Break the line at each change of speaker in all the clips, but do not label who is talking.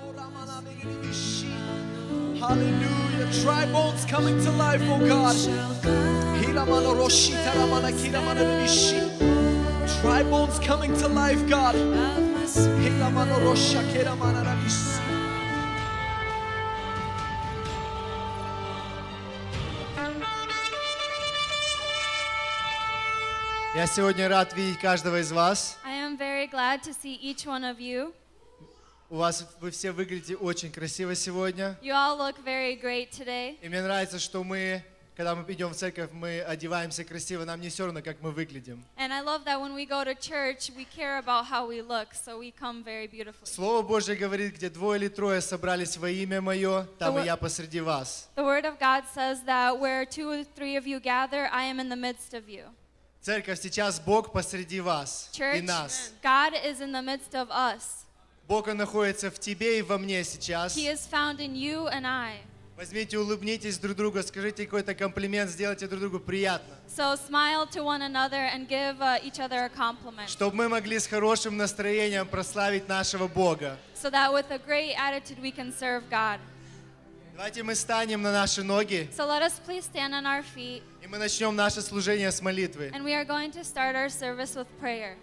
oh Hiramanarabishi. Dry bones coming to life, God. Hiramanarosha, Hiramanarabishi.
Я сегодня рад видеть каждого из вас.
I am very glad to see each one of you.
У вас вы все выглядите очень красиво сегодня.
You all look very great today.
И мне нравится, что мы, когда мы идем в церковь, мы одеваемся красиво, нам не все равно, как мы выглядим.
And I love that when we go to church, we care about how we look, so we come very beautifully.
Слово Божье говорит, где двое или трое собрались во имя Мое, там и я посреди вас.
The Word of God says that where two or three of you gather, I am in the midst of you.
Церковь, сейчас Бог посреди вас и
Church,
нас.
God is in the midst of us.
Бог, Он находится в тебе и во мне сейчас.
He is found in you and I.
Возьмите, улыбнитесь друг другу, скажите какой-то комплимент, сделайте друг другу приятно.
So smile to one another and give uh, each other a compliment
Чтобы мы могли с хорошим настроением прославить нашего Бога.
so that with a great attitude we can serve God.
Давайте мы станем на наши ноги,
So let us please stand on our feet
и мы начнем наше служение с молитвы.
and we are going to start our service with prayer.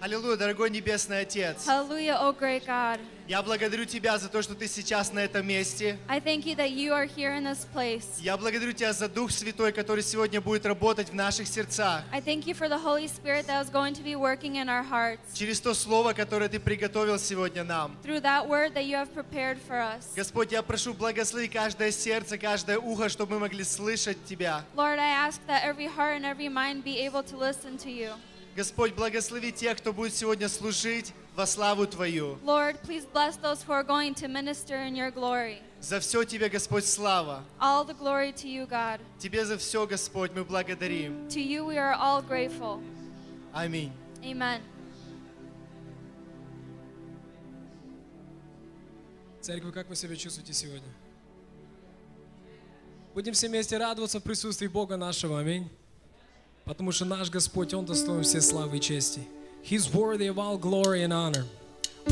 Аллилуйя, дорогой Небесный Отец.
Hallelujah, O great God.
Я благодарю Тебя за то, что Ты сейчас на этом месте.
I thank you that you are here in this place.
Я благодарю Тебя за Дух Святой, который сегодня будет работать в наших сердцах.
I thank you for the Holy Spirit that is going to be working in our hearts
Через то Слово, которое Ты приготовил сегодня нам.
through that word that you have prepared for us.
Господь, я прошу, благослови каждое сердце, каждое ухо, чтобы мы могли слышать Тебя.
Lord, I ask that every heart and every mind be able to listen to you.
Господь, благослови тех, кто будет сегодня служить во славу Твою.
Lord, please bless those who are going to minister in your glory.
За все Тебе, Господь, слава.
All the glory to you, God.
Тебе за все, Господь, мы благодарим.
To you we are all grateful.
Аминь.
Amen.
Церковь, как вы себя чувствуете сегодня? Будем все вместе радоваться в присутствии Бога нашего. Аминь. Потому что наш Господь, Он достоин всей славы и чести. He's worthy of all glory and honor.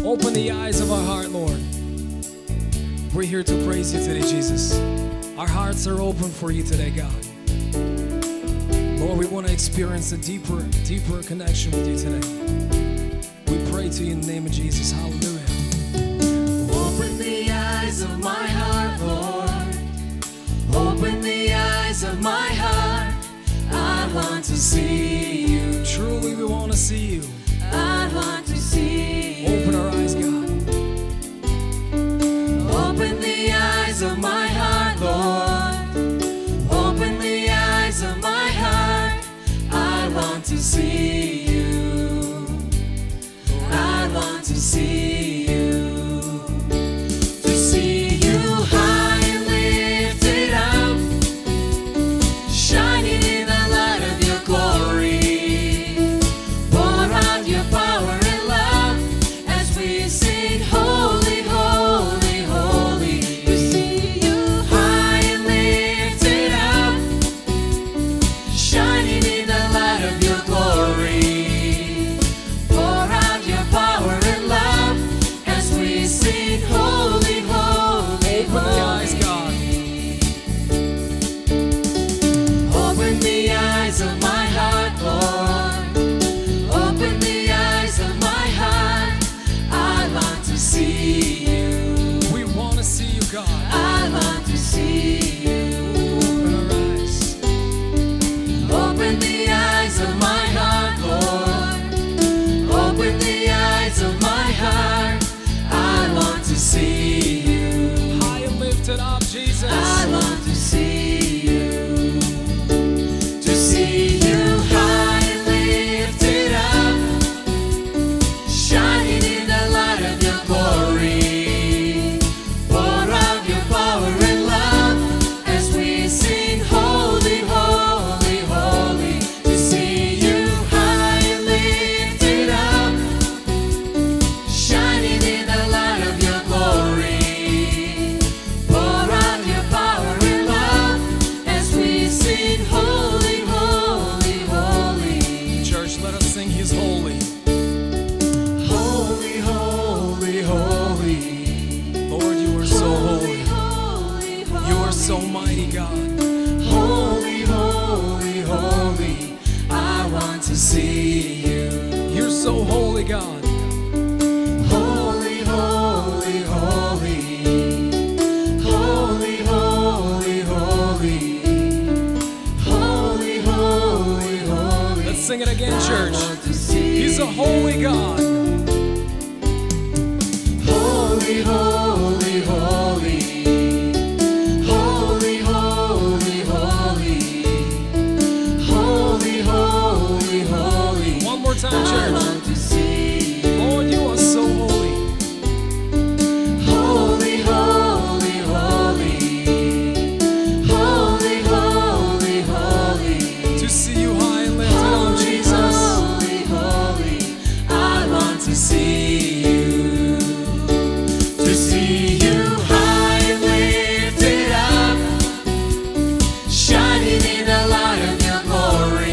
Open the eyes of our heart, Lord. We're here to praise you today, Jesus. Our hearts are open for you today, God. Lord, we want to experience a deeper, deeper connection with you today. We pray to you in the name of Jesus. Hallelujah. Open the eyes of my heart, Lord. Open the eyes of my heart. I want to see you. Truly, we want to see you. I want to see you. Open our eyes, God. Open the eyes of my heart, Lord. Open the eyes of my heart. I want to see you. I want to see you. To see you high and lifted up, shining in the light of your glory. Pour out your power and love as we sing, Holy, Holy, Holy. To see you high and lifted up, shining in the light of your glory. Pour out your power and love
want to see you. You're so holy, God.
Holy, holy, holy. Holy, holy, holy. Holy, holy, holy.
Let's sing it again, church.
To see
He's a holy God.
Holy, holy, holy. Holy, holy, holy. Holy, holy, holy.
One more time, church.
To see
Lord, you are so holy.
Holy, holy, holy. Holy, holy, holy.
To see you high and lifted up, Jesus.
Holy, holy, I want to see you. To see you high and lifted up, shining in the light of your glory.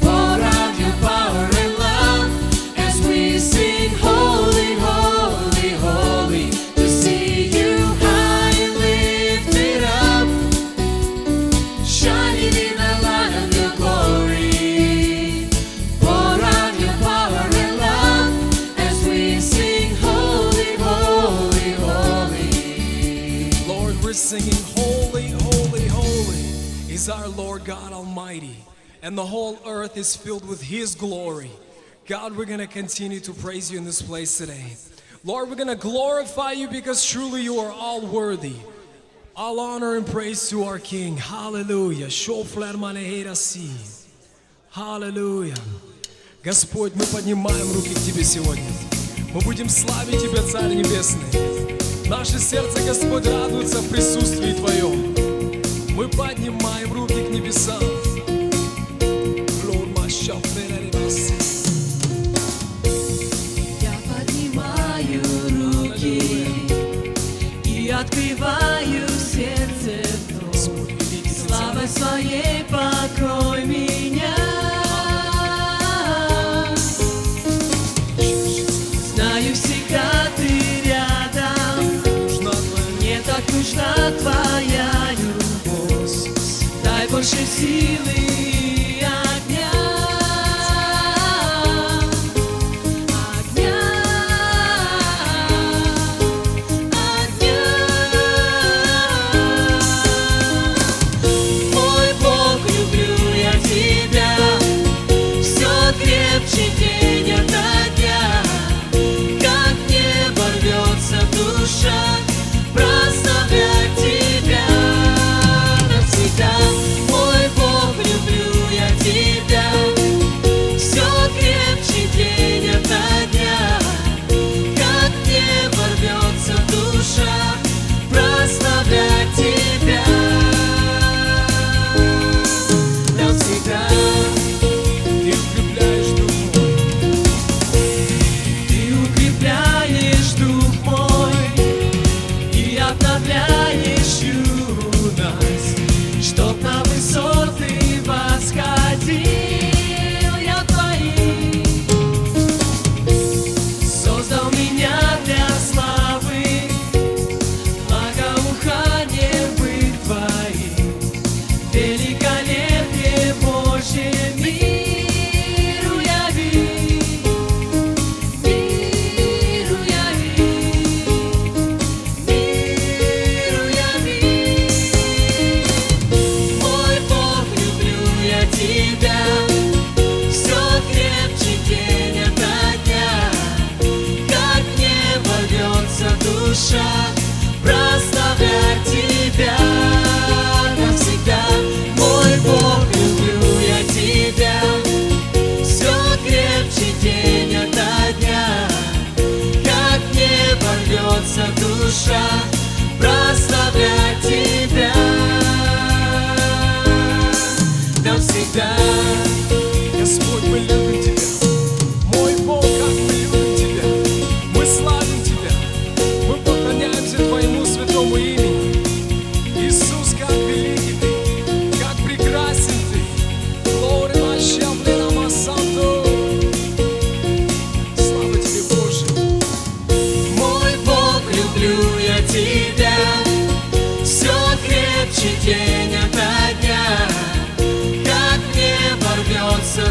Pour out your power and love as we sing holy, holy, holy. To see you high and lifted up, shining in the light of your glory. Pour out your power and love as we sing, Holy, Holy, Holy.
Lord, we're singing, Holy, Holy, Holy is our Lord God Almighty, and the whole earth is filled with His glory. God, we're going to continue to praise you in this place today. Lord, we're going to glorify you because truly you are all worthy. All honor and praise to our King. Hallelujah. Шофлер Манахейра Си. Hallelujah. Господь, мы поднимаем руки к Тебе сегодня. Мы будем славить Тебя, Царь Небесный. Наше сердце, Господь, радуется в присутствии Твоем. Мы поднимаем руки к небесам. Lord, my Шофлер Небесный.
Я поднимаю руки и открываю сердце вновь. Славой своей покрой меня. Знаю, всегда ты рядом,
Нужна Твоя
мне так нужна твоя любовь. Дай больше силы и огня. Огня, огня. Мой Бог, люблю я тебя, все крепче день ото дня. Как небо рвется душа, прославлять тебя навсегда. Мой Бог, люблю я тебя. Все крепче день ото дня, как не ворвется душа, прославлять тебя навсегда.
Ты укрепляешь дух мой.
Ты укрепляешь дух мой и обновляешь юность, чтоб на высоты восходил я твои. Создал меня для славы, благоухание быть твоим, великолепие Божье миру яви, миру яви, миру яви. Мой Бог, люблю я тебя, все крепче день ото дня как не ворвется душа, прославлять тебя навсегда. Мой Бог, люблю я тебя, все крепче день ото дня, как не ворвется душа, прославлять тебя навсегда.
Господь, мы любим Тебя. Мой Бог, как мы любим Тебя. Мы славим Тебя. Мы поклоняемся Твоему святому имени. Иисус, как великий Ты, как прекрасен Ты. Glory Mashiach, Lama Santo. Слава Тебе, Боже.
Мой Бог, люблю я тебя, все крепче день ото дня, как не ворвется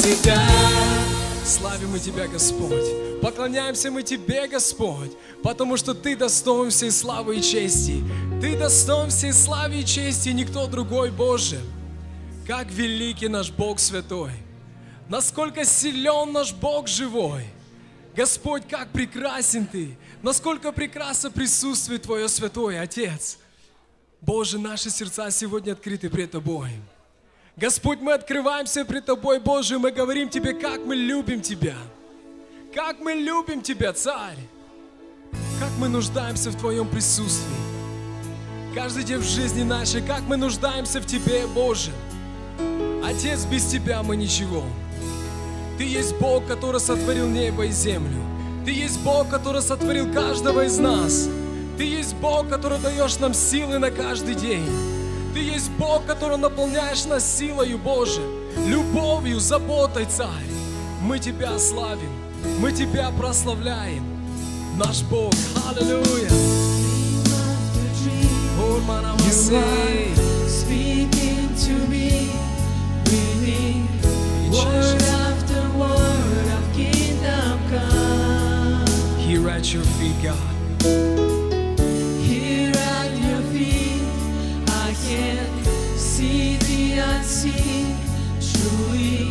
Тебя.
Славим мы Тебя, Господь. Поклоняемся мы Тебе, Господь, потому что Ты достоин всей славы и чести. Ты достоин всей славы и чести, и никто другой, Боже. Как великий наш Бог святой. Насколько силен наш Бог живой. Господь, как прекрасен Ты. Насколько прекрасно присутствие Твое святое, Отец. Боже, наши сердца сегодня открыты пред Тобой. Господь, мы открываемся пред Тобой, Боже, и мы говорим Тебе, как мы любим Тебя. Как мы любим Тебя, Царь. Как мы нуждаемся в Твоем присутствии. Каждый день в жизни нашей, как мы нуждаемся в Тебе, Боже. Отец, без Тебя мы ничего. Ты есть Бог, который сотворил небо и землю. Ты есть Бог, который сотворил каждого из нас. Ты есть Бог, который даешь нам силы на каждый день. Ты есть Бог, который наполняешь нас силою Боже, любовью, заботой, Царь. Мы Тебя славим, мы Тебя прославляем. Наш Бог, аллилуйя. Урманамасей.
Speaking to me, we need word after word of kingdom come.
Here at your feet, God.
Here at your feet, I can see the unseen. Truly,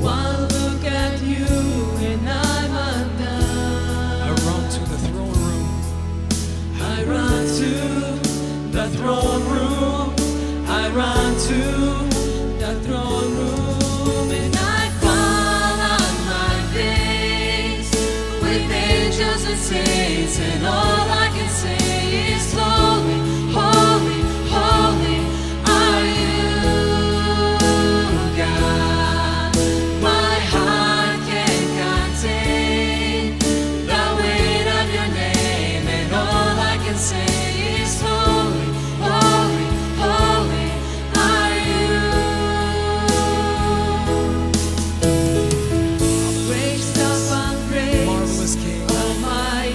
one look at you and I'm undone.
I run to the throne room.
I run to the throne room. I run to the throne room. And I fall on my face with angels and saints. And all I can say is, Holy, holy, holy are you, God. My heart can't contain the weight of your name, and all I can say is, Holy, holy, holy are you. Grace upon grace,
Marvelous King.
all my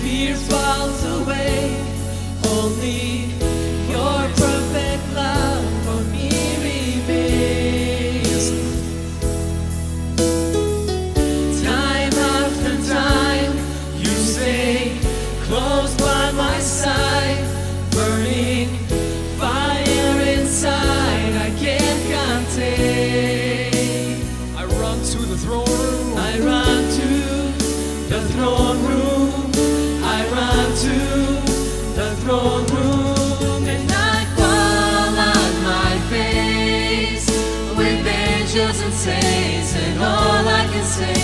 fear falls away. Only your perfect love for me remains. Time after time, you stay close by my side, burning fire inside I can't contain.
I run to the throne room.
I run to the throne room. I run to the throne room. And I fall on my face with angels and saints. And all I can say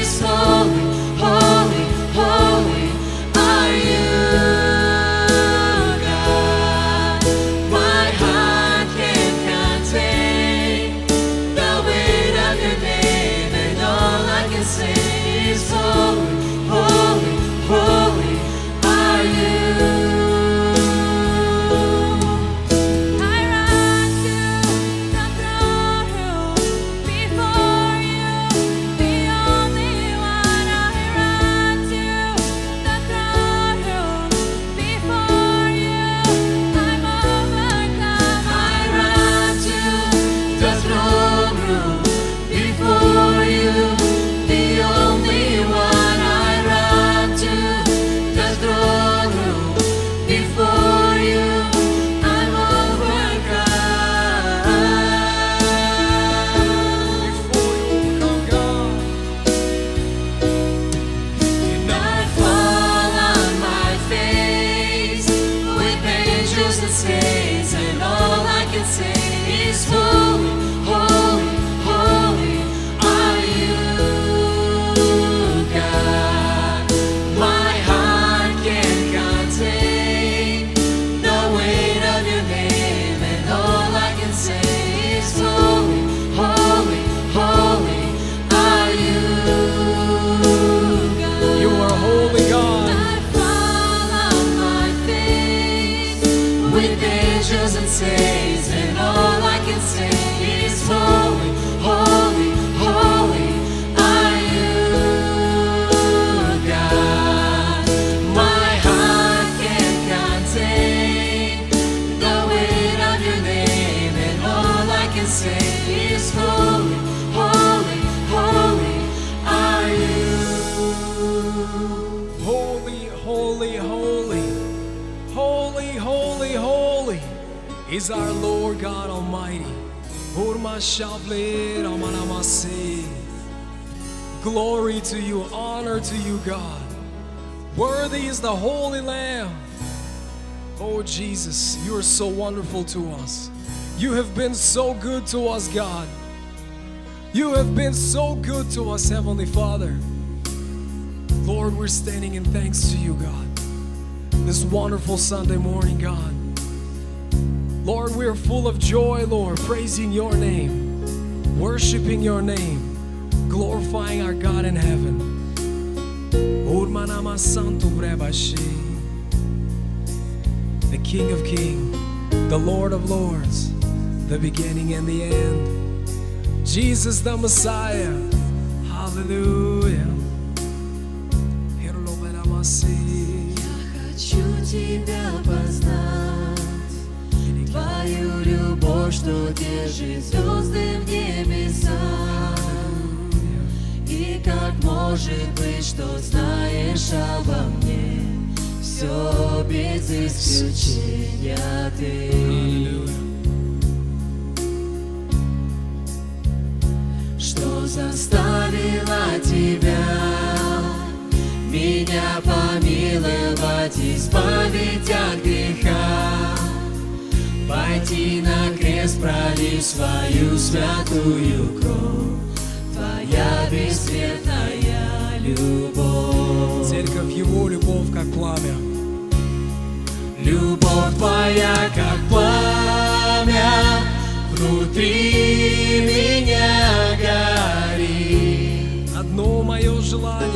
is, Holy, holy, holy are you, God. My heart can't contain the weight of your name, and all I can say is holy, holy, holy are you.
I run to the throne room before you, the only one. I run to the throne room before you. I'm overcome.
I run to the throne room before you, the only one. I run to the throne room before you. I'm overcome. And I fall on my face with angels and saints, and all I can say is, Holy, holy, holy are you, God. My heart can't contain the weight of your name, and all I can say is, Holy, holy, holy are you, God.
You are holy God.
I fall on my face with angels and saints, and all I can say is holy, holy, holy are you, God. My heart can't contain the weight of your name, and all I can say is holy, holy,
is our Lord God Almighty. Urma shavle ramanamase. Glory to you, honor to you, God. Worthy is the Holy Lamb. Oh Jesus, you are so wonderful to us. You have been so good to us, God. You have been so good to us, Heavenly Father. Lord, we're standing in thanks to you, God. This wonderful Sunday morning, God. Lord, we are full of joy, Lord, praising your name, worshiping your name, glorifying our God in heaven. Urmanama Santo Brebashi the King of Kings, the Lord of Lords, the beginning and the end. Jesus the Messiah. Hallelujah. Hallelujah.
Хочу тебя познать, твою любовь, что держит звезды в небесах. И как может быть, что знаешь обо мне, все без исключения ты. Что заставило тебя меня помиловать, избавить от греха? Пойти на крест, пролив свою святую кровь, Твоя бесцветная любовь.
Церковь Его любовь, как пламя.
Любовь твоя, как пламя, внутри меня горит.
Одно мое желание,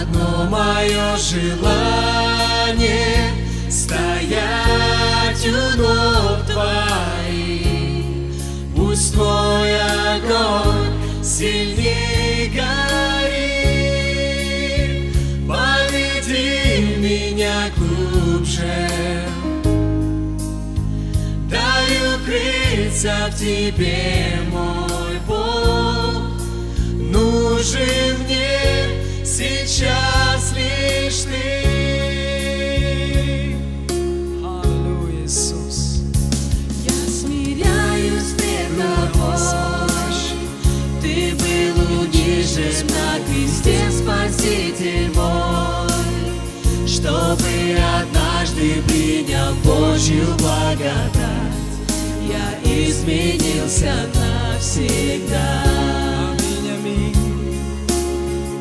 Одно мое желание стоять у ног твоих. Пусть твой огонь сильнее горит. Поведи меня глубже. Дай укрыться в тебе, мой Бог. Нужен мне сейчас лишь ты.
Аллилуйя, Иисус.
Я смиряюсь пред тобой. Ты был унижен на кресте, Спаситель мой, Чтобы однажды принял Божью благодать, Я изменился навсегда.
Аминь, аминь.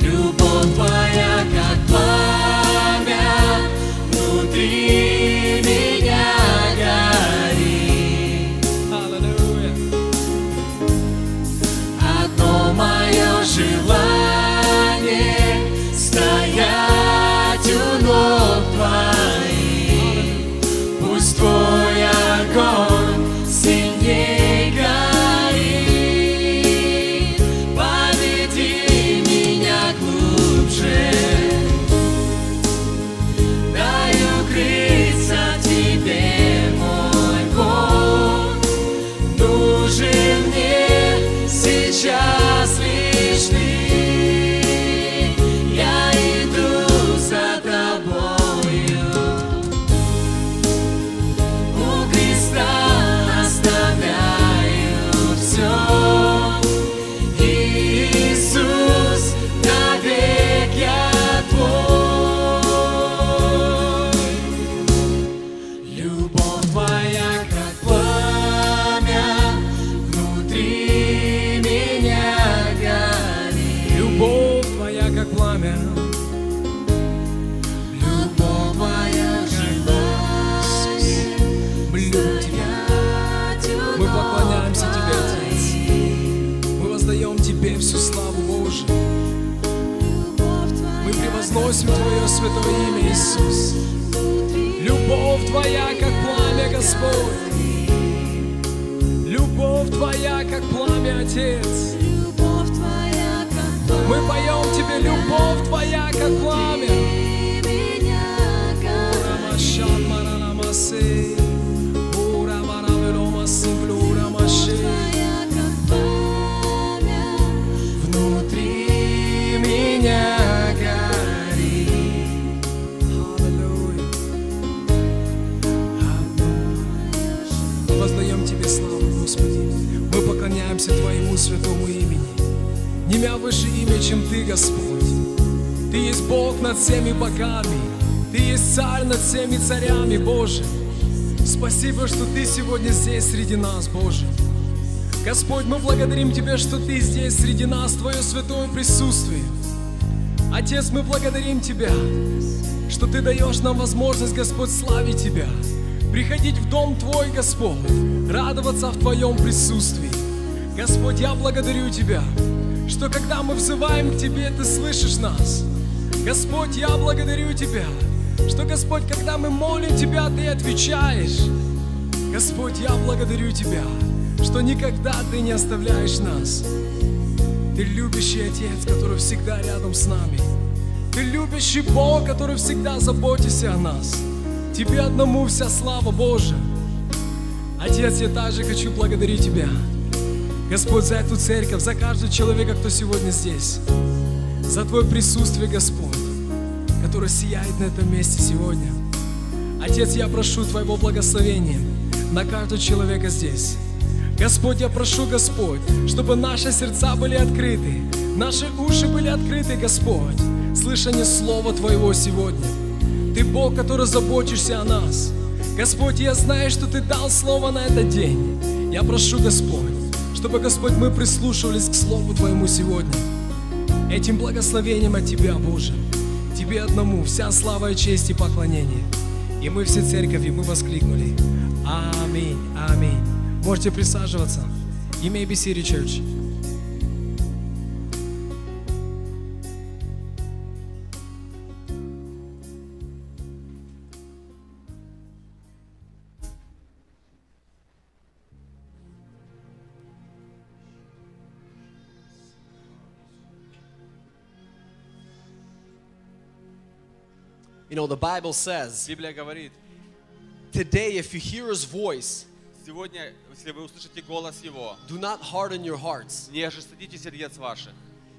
Любовь твоя, как пламя, Внутри меня горит.
Аллилуйя.
Одно мое желание стоять у ног твоих. Пусть твой огонь сильней горит. Поведи меня глубже. Дай укрыться в тебе, мой Бог. Нужен мне сейчас лишь ты. Я иду за тобою, у креста оставляю все. Иисус, навек я твой. Любовь моя, как пламя, внутри меня горит.
Любовь твоя, как пламя.
Любовь моя, желание,
Блю тебя.
стоять у
Мы
ног
поклоняемся тебе, Отец.
твоих.
Мы воздаем Тебе всю славу, Боже.
Любовь
Мы
твоя,
превозносим Твое святое имя, Иисус. Любовь Твоя, как пламя, Господь. Любовь Твоя, как пламя, Отец.
любовь твоя, как
Мы поем Тебе, любовь Твоя, как пламя.
внутри меня горит.
Рамашан мараламасе, ура маравеломасе, блюрамаше.
Твоя, как пламя, внутри меня горит.
Аллилуйя. чем Ты, Господь. Ты есть Бог над всеми богами. Ты есть Царь над всеми царями, Боже. Спасибо, что Ты сегодня здесь среди нас, Боже. Господь, мы благодарим Тебя, что Ты здесь среди нас, Твое святое присутствие. Отец, мы благодарим Тебя, что Ты даешь нам возможность, Господь, славить Тебя, приходить в дом Твой, Господь, радоваться в Твоем присутствии. Господь, я благодарю Тебя, что когда мы взываем к Тебе, Ты слышишь нас. Господь, я благодарю Тебя, что, Господь, когда мы молим Тебя, Ты отвечаешь. Господь, я благодарю Тебя, что никогда Ты не оставляешь нас. Ты любящий Отец, который всегда рядом с нами. Ты любящий Бог, который всегда заботишься о нас. Тебе одному вся слава Божия. Отец, я также хочу благодарить Тебя, Господь, за эту церковь, за каждого человека, кто сегодня здесь. За Твое присутствие, Господь, которое сияет на этом месте сегодня. Отец, я прошу Твоего благословения на каждого человека здесь. Господь, я прошу, Господь, чтобы наши сердца были открыты, наши уши были открыты, Господь, слышание Слова Твоего сегодня. Ты Бог, который заботишься о нас. Господь, я знаю, что Ты дал Слово на этот день. Я прошу, Господь, чтобы, Господь, мы прислушивались к Слову Твоему сегодня. Этим благословением от Тебя, Боже, Тебе одному вся слава и честь и поклонение. И мы все церковью, мы воскликнули. Аминь, аминь. Можете присаживаться. You may be seated, church.
You know, the Bible says,
Библия говорит,
today if you hear his voice,
сегодня, если вы услышите голос Его,
do not harden your hearts.
не ожесточите сердец ваших.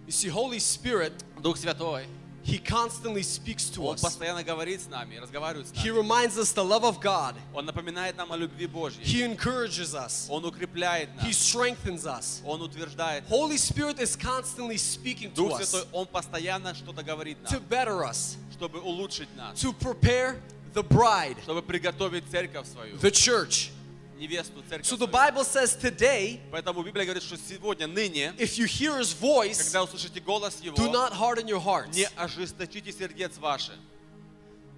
You see, Holy Spirit,
Дух Святой,
he constantly speaks to
Он
us.
постоянно говорит с нами, разговаривает с
He
нами.
reminds us the love of God.
Он напоминает нам о любви Божьей.
He encourages us.
Он укрепляет
He
нас.
strengthens us.
Он утверждает. нас.
Holy Spirit is constantly speaking to
Дух
us
Святой, Он постоянно что-то говорит
to
нам,
better us,
чтобы улучшить нас,
to prepare the bride,
чтобы приготовить церковь свою,
the church.
невесту церковь
So the
свою.
Bible says today,
Поэтому Библия говорит, что сегодня, ныне,
if you hear his voice,
когда услышите голос
do
Его,
not harden your hearts.
не ожесточите сердец ваши.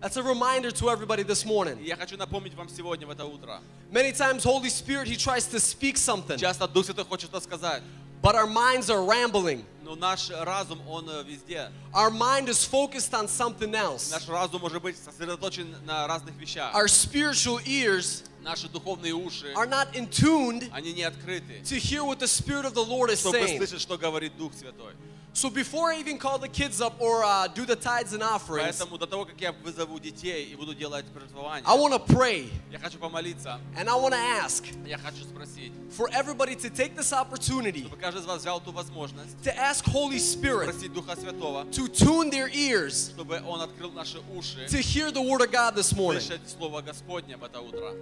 That's a reminder to everybody this
И
morning.
я хочу напомнить вам сегодня, в это утро.
Many times Holy Spirit he tries to speak something,
Часто Дух Святой хочет что сказать,
but our minds are rambling.
но наш разум, он э, везде.
Our mind is focused on something else.
Наш разум может быть сосредоточен на разных вещах.
Our spiritual ears
Наши духовные уши,
are not in tuned
они не открыты,
to hear what the Spirit of the Lord is
чтобы
saying.
слышать, что говорит Дух Святой.
So before I even call the kids up or uh, do the tithes and offerings,
Поэтому до того, как я вызову детей и буду делать
I
жертвование,
want to pray
я хочу помолиться,
and I want to ask
я хочу спросить,
for everybody to take this opportunity
чтобы каждый из вас взял ту возможность
to ask Holy Spirit
просить Духа Святого,
to tune their ears
чтобы Он открыл наши уши,
to hear the Word of God this morning.
слышать Слово Господне в это утро.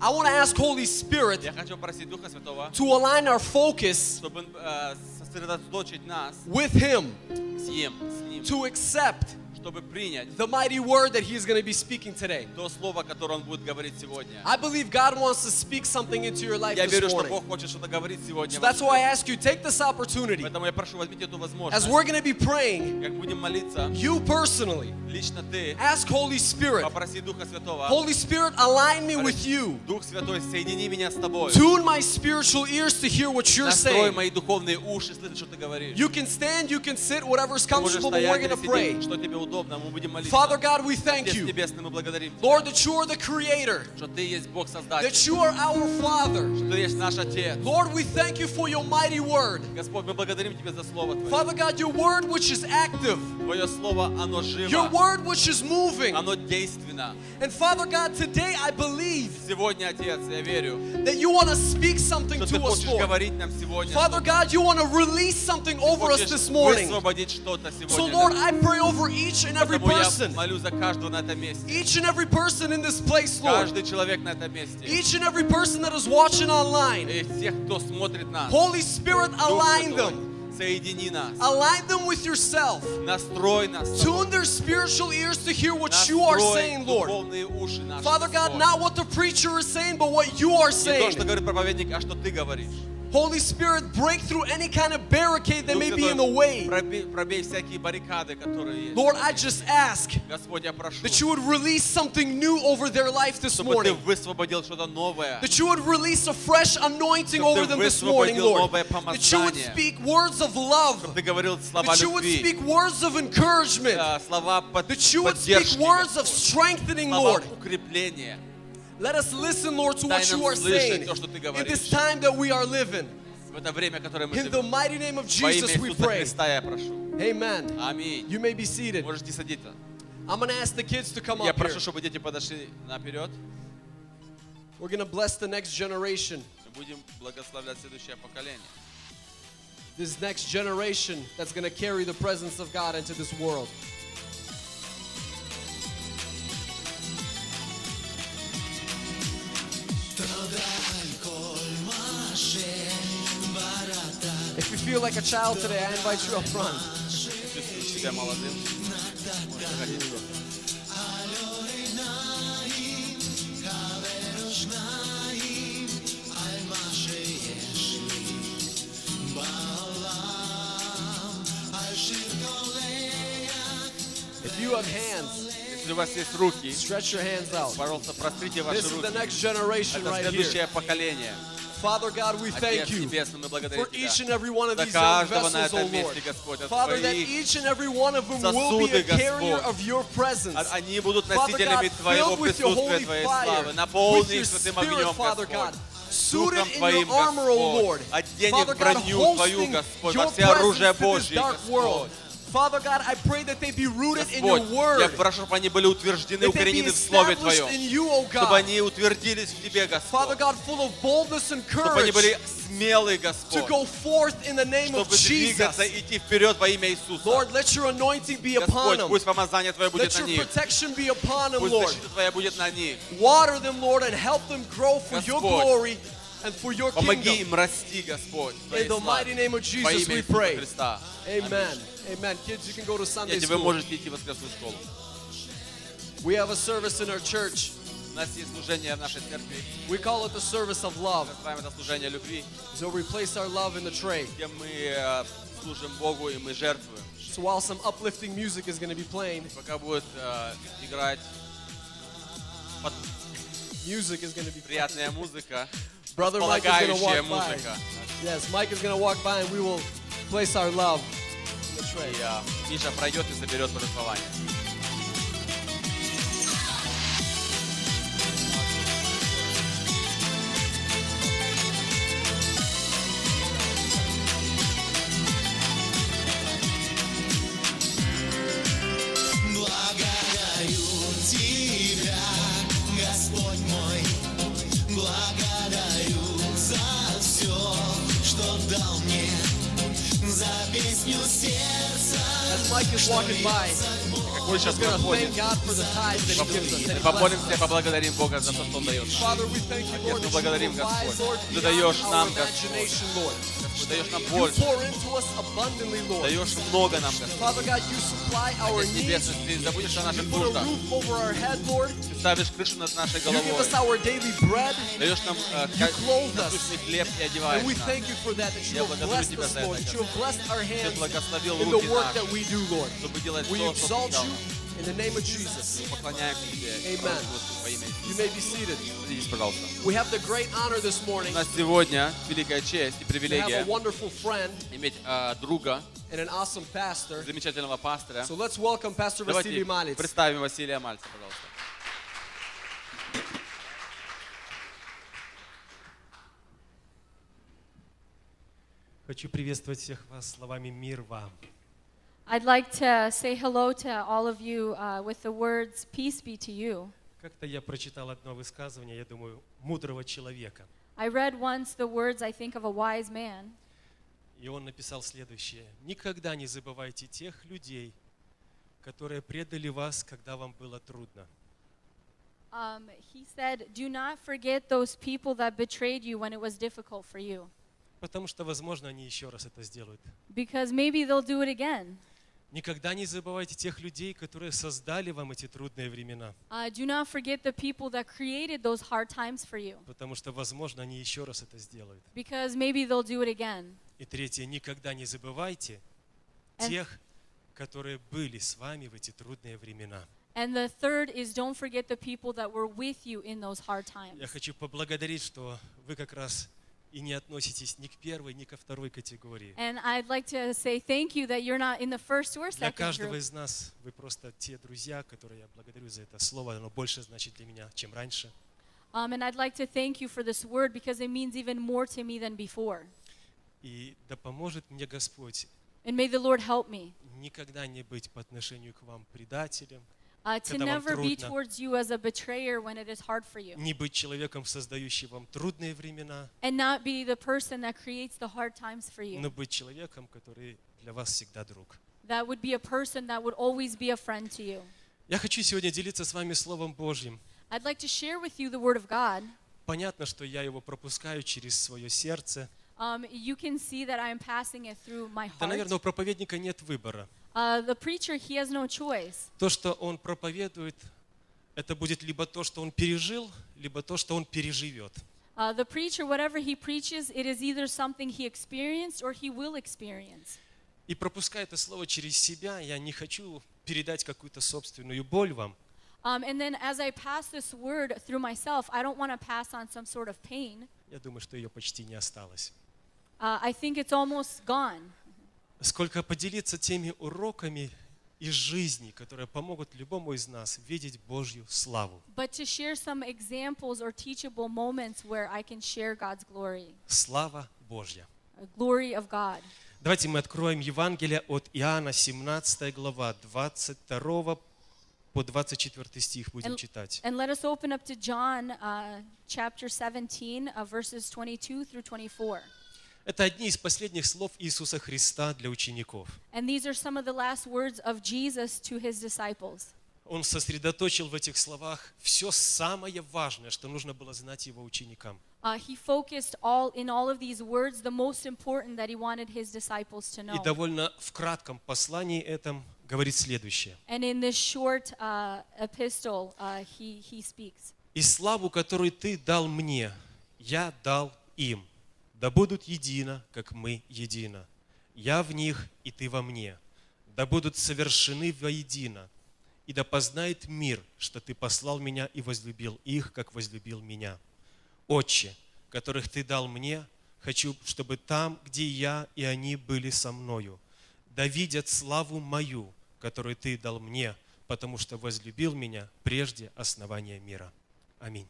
I want to ask Holy Spirit
Я хочу просить Духа Святого,
to align our focus
чтобы э, сосредоточить нас
with Him
с Ним, с Ним,
to accept
чтобы принять
the mighty word that He is going to be speaking today.
то слово, которое он будет говорить сегодня.
I believe God wants to speak something into your life
Я верю,
this
что
morning.
Бог хочет что-то говорить сегодня.
So
в
that's
вашей
why I
жизни.
ask you take this opportunity
Поэтому я прошу, возьмите эту возможность.
as we're going to be praying.
Как будем молиться,
You personally
лично ты
ask Holy Spirit,
попроси Духа Святого.
Holy Spirit, align me with you.
Дух Святой, соедини меня с тобой.
Tune my spiritual ears to hear what you're
Настрой
saying.
мои духовные уши, слышать, что ты говоришь.
You can stand, you can sit, whatever's
Ты можешь
comfortable, but we're
стоять
going
или
to
сидеть,
pray.
что тебе удобно, мы будем молиться.
Father God, we thank
Отец
you,
Небесный, мы благодарим Тебя,
Lord, that you are the creator,
что Ты есть Бог Создатель,
that you are our Father.
что Ты есть наш Отец.
Lord, we thank you for your mighty word.
Господь, мы благодарим Тебя за Слово Твое.
Father God, your word which is active,
Твое Слово, оно
your
живо,
word which is moving.
оно действенно.
And Father God, today I believe
Сегодня, Отец, я верю,
that you want to speak something
что ты
to us,
хочешь
Lord.
говорить нам сегодня.
Father
что
God, you want to release something
ты
over us
хочешь
this morning.
высвободить что-то сегодня.
So, Lord, I pray over each and every
Поэтому я
person,
молю за каждого на этом месте.
each and every person in this place, Lord,
Каждый человек на этом месте.
each and every person that is watching online.
И всех, кто смотрит нас.
Holy Spirit,
Дух
align
Святой,
them Uh,
Соедини нас.
Align them with yourself.
Настрой нас. с тобой.
Tune their spiritual ears to hear what you are
Настрой
saying, Lord.
духовные уши наши.
Father God,
Господь.
not what the preacher is saying, but what you are
Не то,
saying.
что говорит проповедник, а что ты говоришь.
Holy Spirit, break through any kind of barricade that
Дух
may be
Святой,
in the way.
Пробей, пробей всякие баррикады, которые есть.
Lord, I just ask
Господь, я прошу,
that you would release something new over their life this
чтобы ты
morning.
высвободил что-то новое.
That you would release a fresh anointing
Чтобы ты
over them this morning, Lord.
высвободил новое
That you would
помазание.
speak words of love.
Ты говорил слова
That you would
любви,
speak words of encouragement.
э, слова под-
That you would speak
поддержки,
words of
Господь,
strengthening,
слова
Lord.
укрепления.
Let us listen, Lord, to what
Дай нам
you are
слышать
saying
то, что ты
in
говоришь.
this time that we are living.
В это время, которое мы
In the
живем.
mighty name of
Во имя
Jesus, we
Иисуса
pray.
Христа я прошу.
Amen.
Аминь.
You may be seated.
Можете садиться.
I'm going to ask the kids to come
Я
up here.
прошу, чтобы дети подошли наперед.
We're going to bless the next generation.
Мы будем благословлять следующее поколение.
This next generation that's going to carry the presence of God into this world. If you feel like a child today, I invite you up front.
Чувствуешь себя молодым. Можешь заходить в дом.
If you have hands,
Если у вас есть руки,
stretch your hands out.
пожалуйста, прострите
This
ваши
is the
руки.
next generation
Это
right here.
следующее поколение.
Father God, we
Отец
thank you.
Небесный, мы благодарим
for each and
Тебя.
every one of
За
these young
каждого на
vessels, O
этом
Lord.
месте, Господь, от
Father, that
Твоих.
each and every one of them will be a
сосуды, Господь.
carrier of your
А-
presence.
Они будут
Father God,
носителями Твоего
filled with your
присутствия,
holy
Твоей
fire,
славы. Наполни их
with
Святым
your spirit,
огнем,
Father God,
Господь.
suited
Духом
in
Твоим,
your armor, O
Господь.
Lord.
Одень их
Father
в
God,
броню Твою,
hosting
Господь,
your
во все оружие
presence in this
Божье,
dark world.
Господь.
Father God, I pray that they be rooted in your
Господь, я
word,
прошу, чтобы они были утверждены,
that they be
укоренены в Слове
established in
Твоем,
you, O
чтобы
God.
они утвердились в Тебе,
Father
Господь,
God, full of boldness and
чтобы они
courage
были смелые,
to
Господь,
go forth in the name of
чтобы двигаться
Jesus.
и идти вперед во имя Иисуса.
Lord, let your anointing be
Господь,
upon them.
пусть помазание Твое будет
Let
на
your
них,
protection be upon them,
пусть
Lord.
защита Твоя будет на них.
Water them, Lord, and help them grow for your
Господь,
glory and for your
Помоги
kingdom.
им расти, Господь, в Твоей
In the mighty
славе.
name
Во
of Jesus,
имя
we
Иисуса
pray.
Христа.
Amen. Amen. Kids, you can go to Sunday
Дети, вы
school.
можете идти в воскресную школу.
We have a service in our church.
У нас есть служение в нашей церкви.
We call it the service of love.
Мы называем это служение любви,
So we place our love in the tray.
где мы э, служим Богу и мы жертвуем.
So while some uplifting music is going to be playing,
Пока будет э, играть под-
music is going to be
приятная музыка,
Brother Mike is going to
полагающая
walk by.
музыка.
Yes, Mike is going to walk by and we will place our love in the tray.
И э, Миша пройдет и соберет пожертвование.
As Mike is walking by,
Как мы сейчас
We're gonna thank
проходим,
God for the tithes that He gives us. that He blesses
помолимся
us.
и поблагодарим Бога за то, что Он дает.
Father, we thank you, Lord,
Отец, мы
that you
благодарим,
provide,
Господь.
Lord,
Ты
beyond
даешь
our
нам, Господь.
imagination, Lord.
Ты даешь нам
You
больше,
pour into us abundantly, Lord.
даешь много нам, Господь.
Father God, you supply our
Отец
needs.
Небесный, Ты забудешь о
You
наших
put a
нуждах.
roof over our head, Lord.
Ты ставишь крышу над нашей
You give
головой.
us our daily bread.
Даешь нам э,
You clothe
ка-
us.
насущный хлеб и
And we
одеваешь нас.
thank you for that, that you
Я
have
благодарю
blessed
Тебя
us,
за это,
Lord. That you have blessed our hands
благословил
in the
руки
work
наши,
that we do, Lord.
чтобы делать
We
то, что Ты
exalt
дал
you
нам.
in the name of Jesus.
Поклоняемся Тебе.
Amen.
Господь, во имя Иисуса.
You may be seated.
Садитесь, пожалуйста.
We have the great honor this morning
У нас сегодня великая честь и
to have
привилегия
a wonderful friend
иметь э, друга,
and an awesome pastor.
замечательного пастора.
So let's welcome Pastor Vasily
Давайте
Malitz.
представим Василия Мальца, пожалуйста.
Хочу приветствовать всех вас словами «Мир вам».
I'd like to say hello to all of you uh, with the words, Peace be to you.
Как-то я прочитал одно высказывание, я думаю, мудрого человека.
I read once the words, I think, of a wise man.
И он написал следующее. «Никогда не забывайте тех людей, которые предали вас, когда вам было трудно.
Um, he said, Do not forget those people that betrayed you when it was difficult for you.
потому что, возможно, они еще раз это сделают.
because maybe they'll do it again.
Никогда не забывайте тех людей, которые создали вам эти трудные времена,
Uh, do not forget the people that created those hard times for you
потому что, возможно, они еще раз это сделают.
because maybe they'll do it again.
И третье, никогда не забывайте
And-
тех, которые были с вами в эти трудные времена.
And the third is don't forget the people that were with you in those hard times.
Я хочу поблагодарить, что вы как раз и не относитесь ни к первой, ни ко второй категории.
And I'd like to say thank you that you're not in the first or
Для
second
каждого
group.
из нас вы просто те друзья, которые я благодарю за это слово. Оно больше значит для меня, чем раньше.
Um, and I'd like to thank you for this word because it means even more to me than before.
И да поможет мне Господь
And may the Lord help me
никогда не быть по отношению к вам предателем,
uh, to
Когда вам
never
трудно.
be towards you as a betrayer when it is hard for you,
не быть человеком, создающим вам трудные времена,
and not be the person that creates the hard times for you.
но быть человеком, который для вас всегда друг.
That would be a person that would always be a friend to you.
Я хочу сегодня делиться с вами Словом Божьим.
I'd like to share with you the Word of God.
Понятно, что я его пропускаю через свое сердце.
Um, you can see that I am passing it through my
Да, наверное, у
heart.
проповедника нет выбора.
Uh, the preacher, he has no choice.
То, что он проповедует, это будет либо то, что он пережил, либо то, что он переживет.
Uh, the preacher, whatever he preaches, it is either something he experienced or he will experience.
И пропуская это слово через себя, я не хочу передать какую-то собственную боль вам.
Um, and then as I pass this word through myself, I don't want to pass on some sort of pain.
Я думаю, что ее почти не осталось.
Uh, I think it's almost gone.
Сколько поделиться теми уроками из жизни, которые помогут любому из нас видеть Божью славу.
But to share some examples or teachable moments where I can share God's glory,
Слава Божья.
uh, glory of God.
Давайте мы откроем Евангелие от Иоанна, 17 глава, 22 по 24 стих будем
And-
читать.
And let us open up to John uh, chapter 17, uh, verses 22 through 24.
Это одни из последних слов Иисуса Христа для учеников.
And these are some of the last words of Jesus to his disciples.
Он сосредоточил в этих словах все самое важное, что нужно было знать его ученикам.
Uh, he focused all in all of these words the most important that he wanted his disciples to know.
И довольно в кратком послании этом говорит следующее.
And in this short uh, epistle, uh, he, he speaks.
«И славу, которую ты дал мне, я дал им, да будут едино, как мы едино. Я в них, и ты во мне, да будут совершены воедино, и да познает мир, что ты послал меня и возлюбил их, как возлюбил меня. Отче, которых ты дал мне, хочу, чтобы там, где я, и они были со мною, да видят славу мою, которую ты дал мне, потому что возлюбил меня прежде основания мира. Аминь.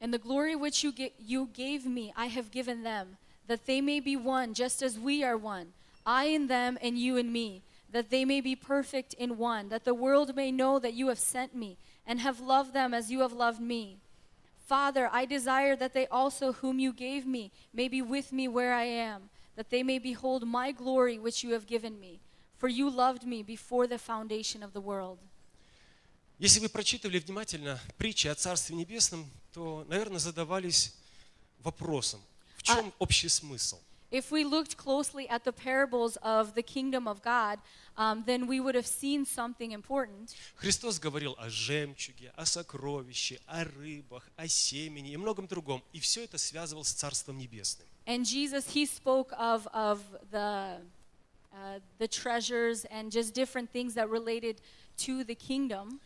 And the glory which you, ga- you gave me, I have given them, that they may be one, just as we are one. I in them, and you in me, that they may be perfect in one, that the world may know that you have sent me, and have loved them as you have loved me. Father, I desire that they also, whom you gave me, may be with me where I am, that they may behold my glory which you have given me. For you loved me before the foundation of the world.
Если вы прочитывали внимательно притчи о Царстве Небесном, то, наверное, задавались вопросом, в чем общий смысл?
If we looked closely at the parables of the kingdom of God, um, then we would have seen something important.
Христос говорил о жемчуге, о сокровище, о рыбах, о семени и многом другом. И все это связывал с Царством Небесным.
And Jesus, he spoke of, of the, uh, the treasures and just different things that related to the kingdom.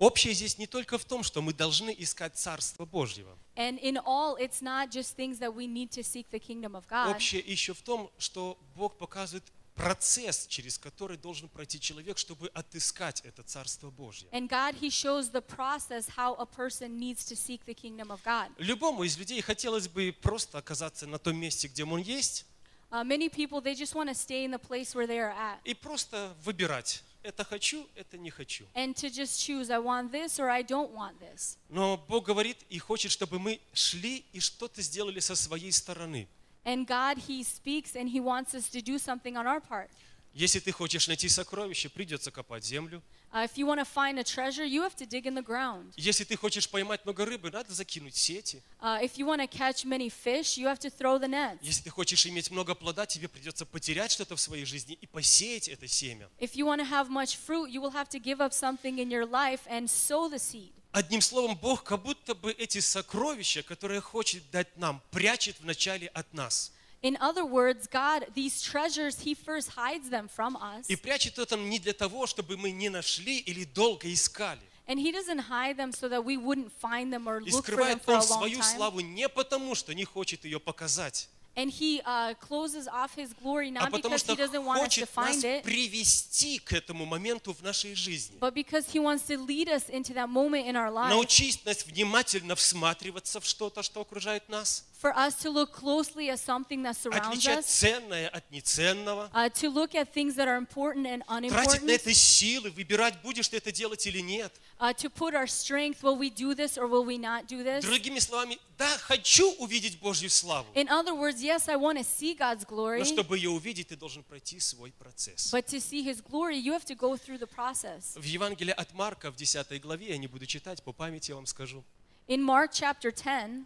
Общее здесь не только в том, что мы должны искать Царство Божьего.
And in all, it's not just things that we need to seek the kingdom of God.
Общее еще в том, что Бог показывает процесс, через который должен пройти человек, чтобы отыскать это Царство Божье.
And God, he shows the process how a person needs to seek the kingdom of God.
Любому из людей хотелось бы просто оказаться на том месте, где он есть,
Uh, many people, they just want to stay in the place where they are at.
и просто выбирать. Это хочу, это не хочу.
and to just choose I want this or I don't want this.
Но Бог говорит и хочет, чтобы мы шли и что-то сделали со своей стороны.
And God, He speaks and He wants us to do something on our part.
Если ты хочешь найти сокровище, придется копать землю.
Uh, if you want to find a treasure, you have to dig in the ground.
Если ты хочешь поймать много рыбы, надо закинуть сети.
Uh, if you want to catch many fish, you have to throw the nets.
Если ты хочешь иметь много плода, тебе придется потерять что-то в своей жизни и посеять это семя.
If you want to have much fruit, you will have to give up something in your life and sow the seed.
Одним словом, Бог как будто бы эти сокровища, которые хочет дать нам, прячет вначале от нас.
In other words, God, these treasures, He first hides them from us.
И прячет это не для того, чтобы мы не нашли или долго искали.
And He doesn't hide them so that we wouldn't find them or
И
look for them
скрывает
for a
Он
long
свою
time.
славу не потому, что не хочет ее показать,
And He uh, closes off His glory
а
not
потому
because
что
He doesn't want us to
хочет нас
find it,
привести к этому моменту в нашей жизни.
but because He wants to lead us into that moment in our life
Научись нас внимательно всматриваться в что-то, что окружает нас,
for us to look closely at something that surrounds
отличать
us,
ценное от неценного,
uh, to look at things that are important and
тратить на
unimportant,
это силы, выбирать, будешь ты это делать или нет.
uh, to put our strength, will we do this or will we not do this?
Другими словами, да, хочу увидеть Божью славу,
In other words, yes, I want to see God's glory,
но чтобы ее увидеть, ты должен пройти свой процесс.
but to see His glory, you have to go through the process.
В Евангелии от Марка в 10 главе, я не буду читать, по памяти я вам скажу.
In Mark chapter 10,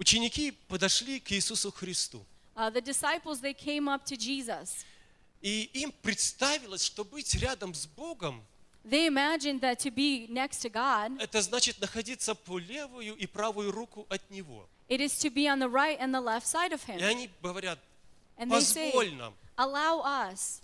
Ученики подошли к Иисусу Христу,
uh, the disciples they came up to Jesus.
и им представилось, что быть рядом с Богом,
They imagined that to be next to God,
это значит находиться по левую и правую руку от Него.
it is to be on the right and the left side of
И
Him.
они говорят,
And they
позволь
say,
нам
Allow us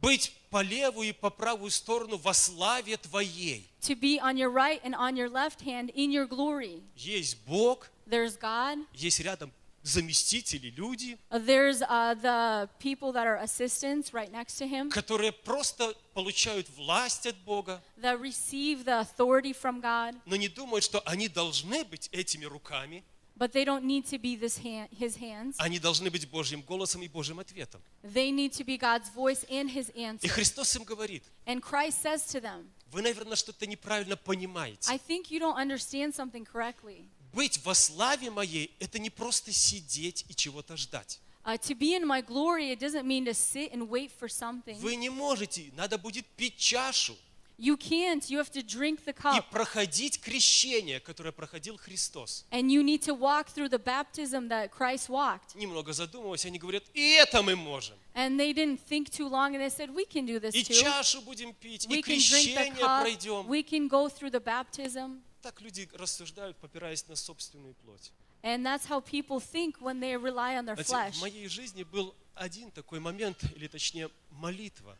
быть по левую и по правую сторону во славе Твоей.
to be on your right and on your left hand in your glory.
Есть Бог,
There's God,
есть рядом заместители, люди,
uh, there's uh, the people that are assistants right next to Him
которые просто получают власть от Бога,
that receive the authority from God.
но не думают, что они должны быть этими руками,
But they don't need to be this hand, his hands.
они должны быть Божьим голосом и Божьим ответом.
They need to be God's voice and his
И
answer.
Христос им говорит,
And Christ says to them,
вы, наверное, что-то неправильно понимаете.
I think you don't understand something correctly.
Быть во славе моей – это не просто сидеть и чего-то ждать.
Uh, to be in my glory, it doesn't mean to sit and wait for something.
Вы не можете, надо будет пить чашу
You can't. You have to drink the
и
cup.
проходить крещение, которое проходил Христос.
And you need to walk through the baptism that Christ walked.
Немного задумываясь, они говорят, и это мы можем.
And they didn't think too long and they said, We can do this
И
too.
чашу будем пить, и
We can drink
крещение
the cup.
пройдем.
We can go through the baptism.
Так люди рассуждают, попираясь на собственную плоть.
And that's how people think when they rely on their
Знаете,
flesh.
в моей жизни был один такой момент, или точнее молитва,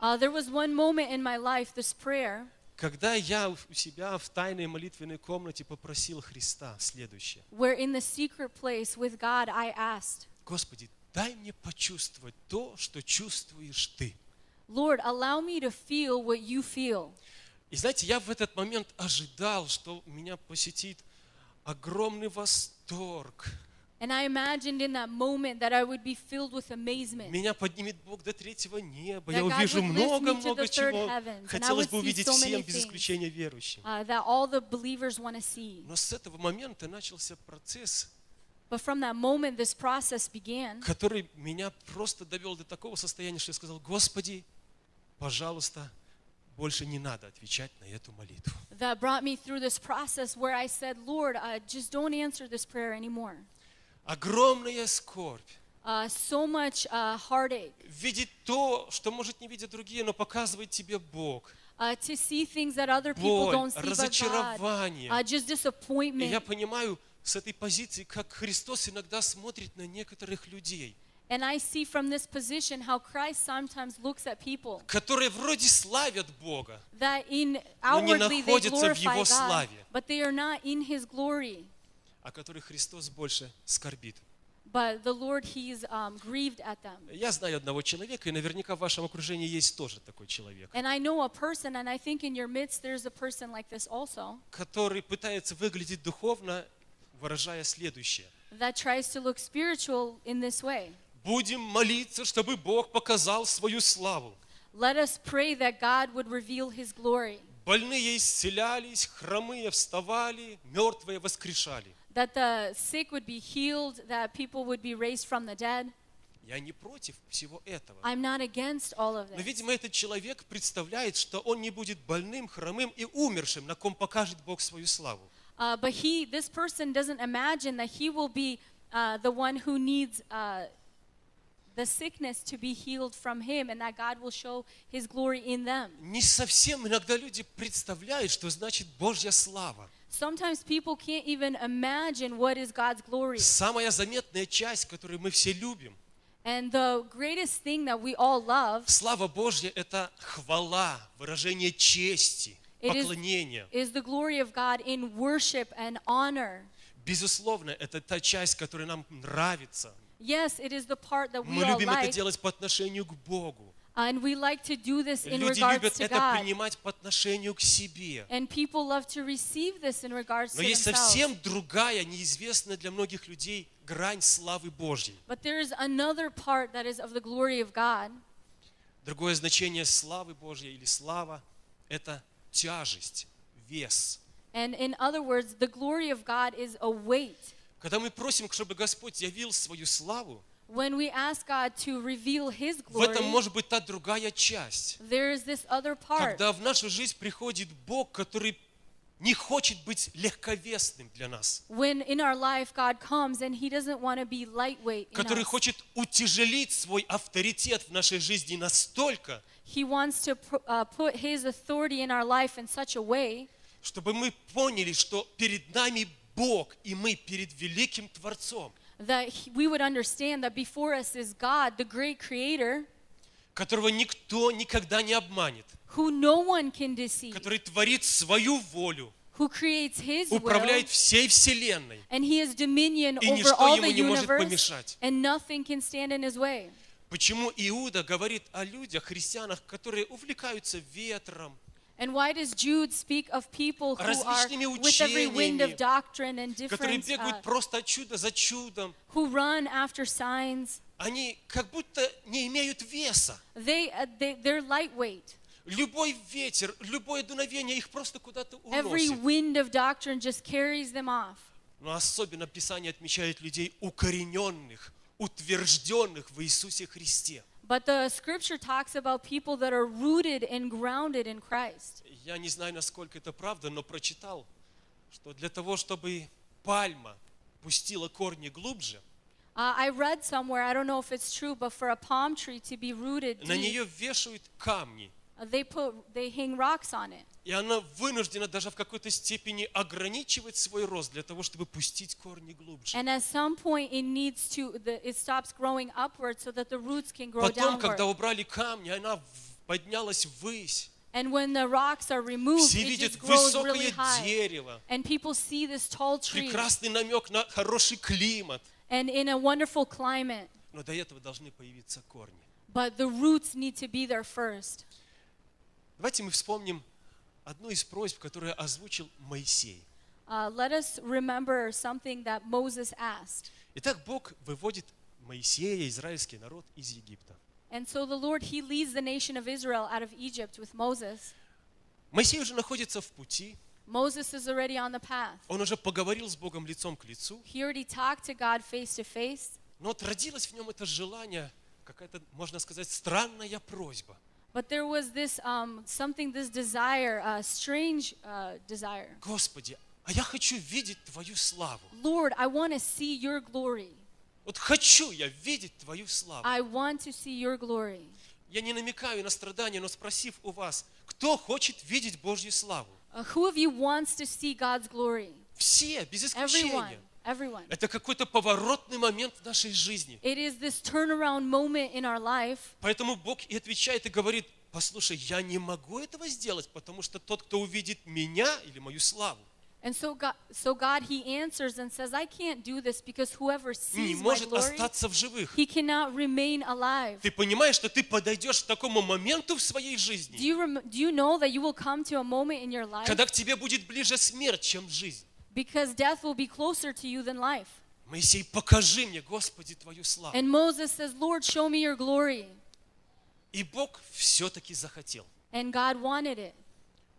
Uh, there was one moment in my life, this prayer,
когда я у себя в тайной молитвенной комнате попросил Христа следующее.
where in the secret place with God I asked,
Господи, дай мне почувствовать то, что чувствуешь Ты.
Lord, allow me to feel what you feel.
И знаете, я в этот момент ожидал, что меня посетит огромный восторг.
And I imagined in that moment that I would be filled with amazement.
Меня поднимет Бог до третьего неба.
That
Я
God would
увижу
lift me to
много-много
the third
чего.
heavens, and I
Хотелось
would
бы
see
увидеть
so many
всем, без
things.
исключения верующим.
Uh, that all the believers want to see.
Но с этого момента начался процесс,
But from that moment, this process began
который меня просто довел до такого состояния, что я сказал, Господи, пожалуйста, больше не надо отвечать на эту молитву.
that brought me through this process where I said, Lord, uh, just don't answer this prayer anymore.
Огромная скорбь.
Uh, so much uh, heartache
Видеть то, что, может, не видят другие, но показывает тебе Бог.
uh, to see things that other people
Боль,
don't see but God.
разочарование.
Uh, just
И я
disappointment.
понимаю с этой позиции, как Христос иногда смотрит на некоторых людей,
And I see from this position how Christ sometimes looks at people
которые вроде славят Бога,
that in
Но не
outwardly they
находятся в
glorify
Его
God,
славе.
but they are not in His glory.
о которых Христос больше скорбит.
But the Lord, He's um, grieved at them.
Я знаю одного человека, и наверняка в вашем окружении есть тоже такой человек,
And I know a person, and I think in your midst there's a person like this also
который пытается выглядеть духовно, выражая следующее.
that tries to look spiritual in this way.
Будем молиться, чтобы Бог показал свою славу.
Let us pray that God would reveal His glory,
Больные исцелялись, хромые вставали, мертвые воскрешали.
that the sick would be healed, that people would be raised from the dead.
Я не против всего этого.
I'm not against all of
Но,
this.
видимо, этот человек представляет, что он не будет больным, хромым и умершим, на ком покажет Бог свою славу.
Uh, but he, this person doesn't imagine that he will be uh, the one who needs uh, the sickness to be healed from him and that God will show his glory in them.
Не совсем иногда люди представляют, что значит Божья слава.
Sometimes people can't even imagine what is God's glory.
Самая заметная часть, которую мы все любим.
And the greatest thing that we all love
Слава Божья – это хвала, выражение чести,
It is-
поклонение.
is the glory of God in worship and honor.
Безусловно, это та часть, которая нам нравится.
Yes, it is the part that we
Мы
all
любим это
like,
делать по отношению к Богу.
and we like to do this in
Люди
regards
любят
to
это
God.
принимать по отношению к себе.
And people love to receive this in regards to
Но есть
themselves.
совсем другая, неизвестная для многих людей грань славы Божьей.
But there is another part that is of the glory of God.
Другое значение славы Божьей или слава – это тяжесть, вес.
And in other words, the glory of God is a weight.
Когда мы просим, чтобы Господь явил свою славу,
When we ask God to reveal His
в
glory,
этом может быть та другая часть.
there is this other part.
Когда в нашу жизнь приходит Бог, который не хочет быть легковесным для нас,
When in our life God comes and He doesn't want to be lightweight, in
который
us.
хочет утяжелить свой авторитет в нашей жизни настолько,
He wants to pr- uh, put His authority in our life in such a way
чтобы мы поняли, что перед нами Бог, и мы перед великим Творцом,
that he- we would understand that before us is God, the great Creator,
которого никто никогда не обманет,
who no one can deceive,
который творит свою волю,
who creates His will,
управляет всей вселенной.
and He has dominion
И
over
ничто
all
ему
the
не может
universe,
помешать.
and nothing can stand in His way.
Почему Иуда говорит о людях, христианах, которые увлекаются ветром,
And why does Jude speak of people who are
Различными
with every wind of
учениями,
doctrine and
которые
different, uh,
а.
бегают просто от чуда за чудом?
who run after signs?
Они как будто не имеют веса.
They, uh, they they're lightweight.
Любой ветер, любое дуновение их просто куда-то
Every
уносит.
wind of doctrine just carries them off.
Но особенно Писание отмечает людей укорененных, утвержденных в Иисусе Христе.
But the scripture talks about people that are rooted and grounded in Christ.
Я не знаю, насколько это правда, но прочитал, что для того, чтобы пальма пустила корни глубже,
Uh, I read somewhere, I don't know if it's true, but for a palm tree to be rooted,
на
deep,
нее вешают камни,
uh, they put they hang rocks on it,
и она вынуждена даже в какой-то степени ограничивать свой рост для того, чтобы пустить корни глубже.
and at some point it needs to the, it stops growing upward so that the roots can grow
Потом,
downward.
когда убрали камни, она в- поднялась ввысь.
And when the rocks are removed,
Все
it
видят
just grows really
высокое
high.
дерево,
And people see this tall tree
прекрасный намек на хороший климат.
and in a wonderful climate,
Но до этого должны появиться корни.
but the roots need to be there first.
Давайте мы вспомним одну из просьб, которую озвучил Моисей.
Uh, let us remember something that Moses asked.
Итак, Бог выводит Моисея, израильский народ, из Египта.
And so the Lord, He leads the nation of Israel out of Egypt with Moses.
Моисей уже находится в пути,
Moses is already on the path.
он уже поговорил с Богом лицом к лицу,
He already talked to God face to face,
но вот родилось в нем это желание, какая-то, можно сказать, странная просьба.
but there was this um, something, this desire, uh, strange uh, desire.
Господи, а я хочу видеть Твою славу.
Lord, I want to see your glory.
Вот хочу я видеть Твою славу.
А
I want to see your glory.
Я не намекаю на страдания, но спросив у вас, кто хочет видеть Божью славу?
Uh, who of you wants to see God's glory?
Все, без
Everyone.
исключения.
Everyone.
Это какой-то поворотный момент в нашей жизни.
It is this turnaround moment in our life.
Поэтому Бог и отвечает и говорит, послушай, я не могу этого сделать, потому что тот, кто увидит меня или мою славу,
And so God, so God, He answers and says, I can't do this because whoever
не
sees my
может
glory,
остаться в живых.
he cannot remain alive.
Ты понимаешь, что ты подойдешь к такому моменту в своей
Do
жизни,
you, rem- do you know that you will come to a moment in your life
когда к тебе будет ближе смерть, чем жизнь.
because death will be closer to you than life?
Моисей, покажи мне, Господи, Твою славу.
And Moses says, Lord, show me your glory.
И Бог все-таки захотел.
And God wanted it.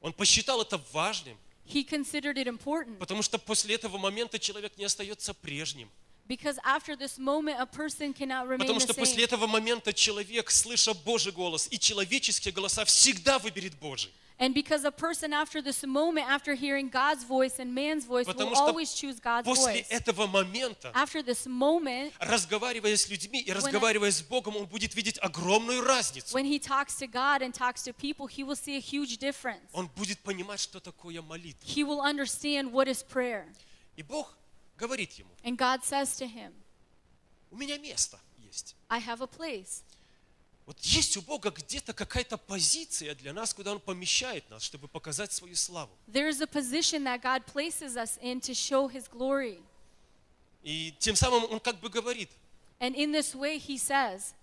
Он посчитал это важным,
He considered it important
потому что после этого момента человек не остается прежним.
Because after this moment, a person cannot remain
Потому
the
что после
same.
этого момента человек, слыша Божий голос и человеческие голоса, всегда выберет Божий.
And because a person after this moment, after hearing God's voice and man's voice,
Потому
will
что
always choose God's
После
voice.
этого момента,
After this moment,
разговаривая с людьми и разговаривая с Богом, он будет видеть огромную разницу.
when he talks to God and talks to people, he will see a huge difference.
Он будет понимать, что такое молитва.
He will understand what is prayer.
И Бог говорит ему,
And God says to him,
у меня место есть.
I have a place.
Вот есть у Бога где-то какая-то позиция для нас, куда Он помещает нас, чтобы показать свою славу.
There is a position that God places us in to show his glory.
И тем самым Он как бы говорит,
And in this way, he says,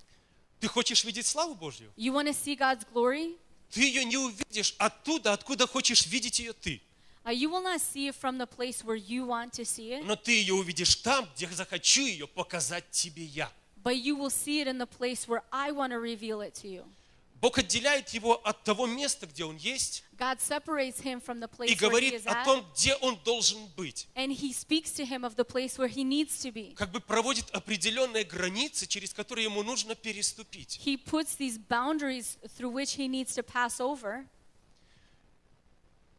ты хочешь видеть славу Божью?
You want to see God's glory?
Ты ее не увидишь оттуда, откуда хочешь видеть ее ты.
Uh, you will not see it from the place where you want to see it,
Но ты ее увидишь там, где захочу ее показать тебе я.
but you will see it in the place where I want to reveal it to you.
Бог отделяет его от того места, где он есть,
God separates him from the
и
place where he
говорит
is
о
at,
том, где он должен быть.
and he speaks to him of the place where he needs to be.
Как бы проводит определенные границы, через которые ему нужно переступить.
He puts these boundaries through which he needs to pass over.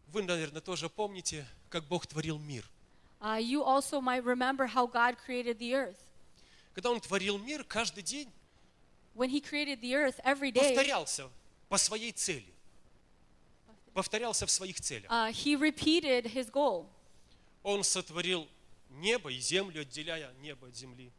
Вы, наверное, тоже помните, как Бог творил мир.
Uh, you also might remember how God created the earth.
Когда он творил мир, каждый день
When he created the earth every day,
повторялся по своей цели. Повторялся в своих целях.
uh, he repeated his goal.
Он сотворил небо и землю, отделяя небо от земли.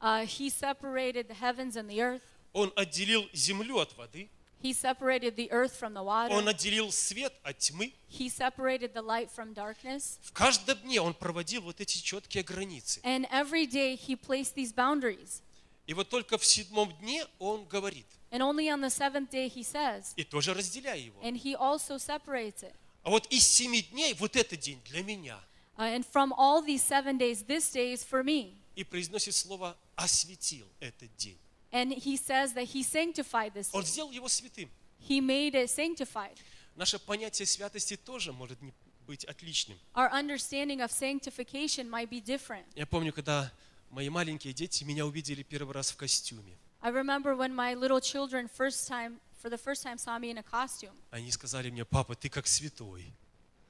Uh, he separated the heavens and the earth.
Он отделил землю от воды.
He separated the earth from the water.
Он отделил свет от тьмы.
He separated the light from darkness.
В каждом дне он проводил вот эти четкие границы.
And every day he placed these boundaries.
И вот только в седьмом дне он говорит,
And only on the seventh day he says,
и тоже разделяя его.
and he also separates it.
А вот из семи дней вот этот день для меня.
Uh, and from all these seven days, this day is for me.
И произносит слово «осветил этот день».
And he says that he sanctified this
Он
day.
сделал его святым.
He made it sanctified.
Наше понятие святости тоже может не быть отличным.
Our understanding of sanctification might be different.
Я помню, когда мои маленькие дети меня увидели первый раз в костюме.
I remember when my little children first time, for the first time, saw me in a costume.
Они сказали мне, папа, ты как святой.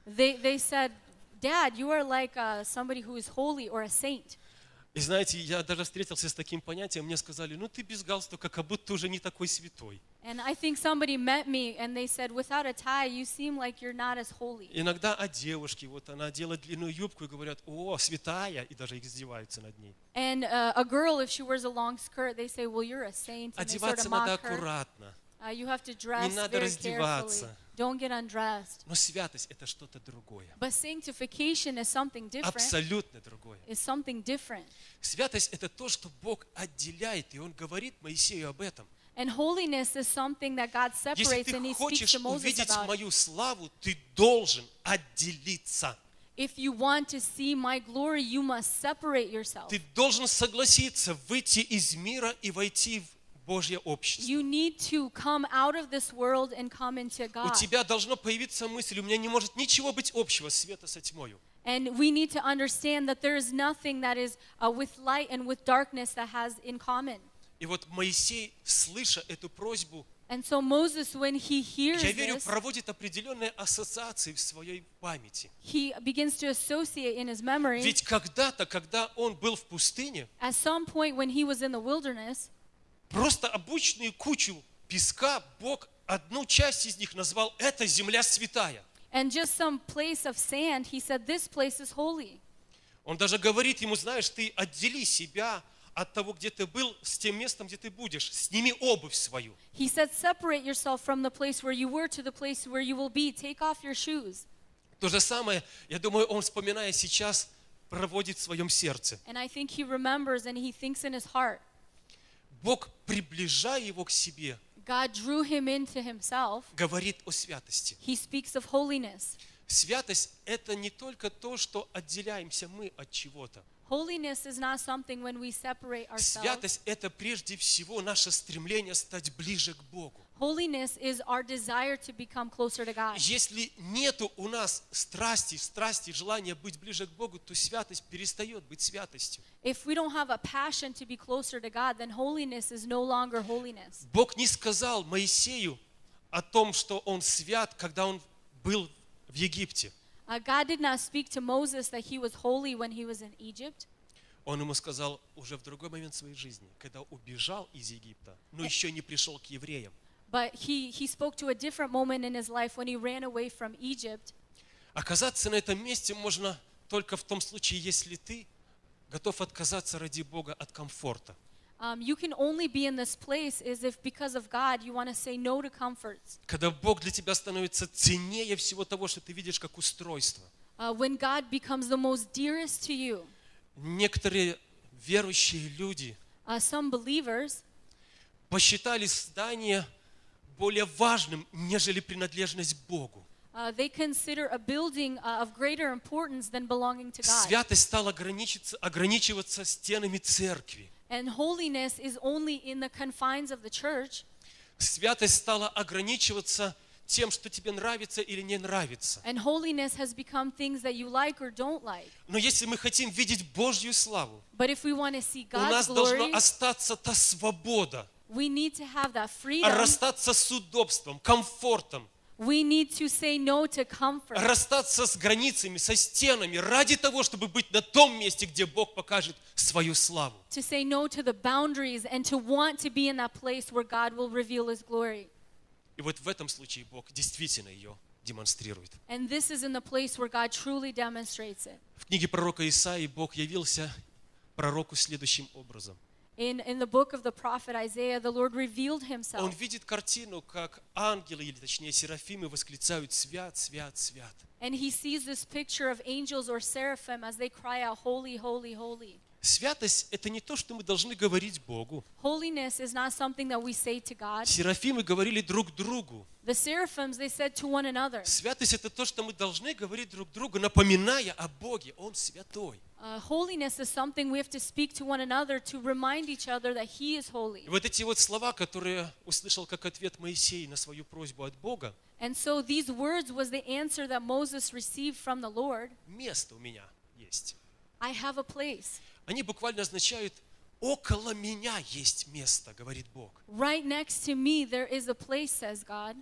They, they said, Dad, you are like uh, somebody who is holy or a saint.
И знаете, я даже встретился с таким понятием, мне сказали, ну ты без галстука, как будто уже не такой святой.
And I think somebody met me and they said, without a tie, you seem like you're not as holy.
Иногда о девушке, вот она одела длинную юбку и говорят, о, святая, и даже издеваются над ней.
And uh, a girl, if she wears a long skirt, they say, well, you're a saint. And they sort
Одеваться
of
надо
mock her.
аккуратно,
Uh, you have to dress
надо
very
раздеваться.
carefully. Don't get undressed.
но святость это что-то другое,
But sanctification is something different.
абсолютно другое.
Is something different.
Святость это то, что Бог отделяет, и Он говорит Моисею об этом.
And holiness is something that God
Если
separates and
ты
he speaks
хочешь
to Moses
увидеть
about.
мою славу, ты должен отделиться.
If you want to see my glory, you must separate yourself.
Ты должен согласиться выйти из мира и войти в Божье общество.
You need to come out of this world and come into
У
God.
тебя должно появиться мысль, у меня не может ничего быть общего света со тьмою.
And we need to understand that there is nothing that is uh, with light and with darkness that has in common.
И вот Моисей, слыша эту просьбу,
And so Moses, when he hears
я верю,
this,
проводит определенные ассоциации в своей памяти.
he begins to associate in his memory.
Ведь когда-то, когда он был в пустыне,
At some point when he was in the wilderness,
просто обычную кучу песка Бог одну часть из них назвал «это земля святая».
and just some place of sand, he said, This place is holy.
Он даже говорит ему, знаешь, ты отдели себя от того, где ты был, с тем местом, где ты будешь. Сними обувь свою.
He said, Separate yourself from the place where you were to the place where you will be. Take off your shoes.
То же самое, я думаю, он, вспоминая сейчас, проводит в своем сердце.
And I think he remembers and he thinks in his heart.
Бог, приближая его к себе,
God drew him into himself.
говорит о святости.
He speaks of holiness.
Святость – это не только то, что отделяемся мы от чего-то.
Holiness is not something when we separate ourselves.
Святость – это прежде всего наше стремление стать ближе к Богу.
Holiness is our desire to become closer to God.
Если нету у нас страсти, страсти, желания быть ближе к Богу, то святость перестает быть святостью.
If we don't have a passion to be closer to God, then holiness is no longer holiness.
Бог не сказал Моисею о том, что он свят, когда он был в Египте.
Uh, God did not speak to Moses that he was holy when he was in Egypt.
Он ему сказал уже в другой момент своей жизни, когда убежал из Египта, но еще не пришел к евреям.
But he, he spoke to a different moment in his life when he ran away from Egypt.
Оказаться на этом месте можно только в том случае, если ты готов отказаться ради Бога от комфорта.
Um, you can only be in this place is if because of God you want to say no to comforts.
Когда Бог для тебя становится ценнее всего того, что ты видишь как устройство.
Uh, when God becomes the most dearest to you,
Некоторые верующие люди
uh, some believers
посчитали здание более важным, нежели принадлежность Богу.
uh, they consider a building uh, of greater importance than belonging to God.
Святость стала ограничиться- ограничиваться стенами церкви.
And holiness is only in the confines of the church,
Святость стала ограничиваться тем, что тебе нравится или не нравится.
and holiness has become things that you like or don't like.
Но если мы хотим видеть Божью славу,
But if we want to see
у нас
God's glory,
должна остаться та свобода,
we need to have that freedom.
расстаться с удобством, комфортом,
We need to say no to comfort.
расстаться с границами, со стенами, ради того, чтобы быть на том месте, где Бог покажет свою славу.
to say no to the boundaries and to want to be in that place where God will reveal his glory.
И вот в этом случае Бог действительно ее демонстрирует.
And this is in the place where God truly demonstrates it.
В книге пророка Исаии Бог явился пророку следующим образом.
In, in the book of the prophet Isaiah, the Lord revealed
Он
himself.
видит картину, как ангелы, или точнее серафимы, восклицают «Свят, свят, свят».
And he sees this picture of angels or seraphim as they cry out, Holy, holy, holy.
Святость – это не то, что мы должны говорить Богу.
Holiness is not something that we say to God.
Серафимы говорили друг другу.
The seraphims, they said to one another,
Святость – это то, что мы должны говорить друг другу, напоминая о Боге. Он святой.
uh, Holiness is something we have to speak to one another to remind each other that he is holy.
И вот эти вот слова, которые услышал как ответ Моисей на свою просьбу от Бога,
And so these words was the answer that Moses received from the Lord.
место у меня есть.
I have a place.
Они буквально означают «около меня есть место», говорит Бог.
Right next to me there is a place, says God.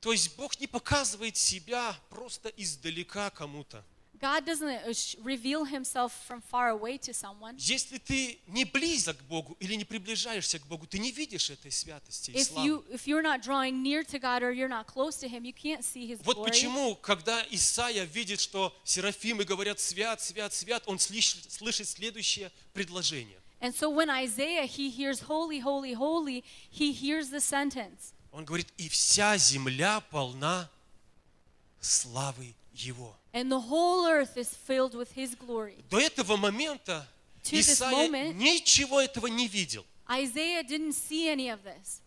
То есть Бог не показывает себя просто издалека кому-то.
God doesn't uh, sh- reveal himself from far away to someone.
Если ты не близок к Богу или не приближаешься к Богу, ты не видишь этой святости и
If you
славы.
if you're not drawing near to God or you're not close to him, you can't see his
Вот
glory.
почему, когда Исаия видит, что серафимы говорят «свят, свят, свят», он слиш- слышит следующее предложение.
And so when Isaiah he hears holy, holy, holy, he hears the sentence.
Он говорит «и вся земля полна славы Его».
And the whole earth is filled with his glory.
До этого момента
To this
Исаия
moment-
ничего этого не видел.
Isaiah didn't see any of this.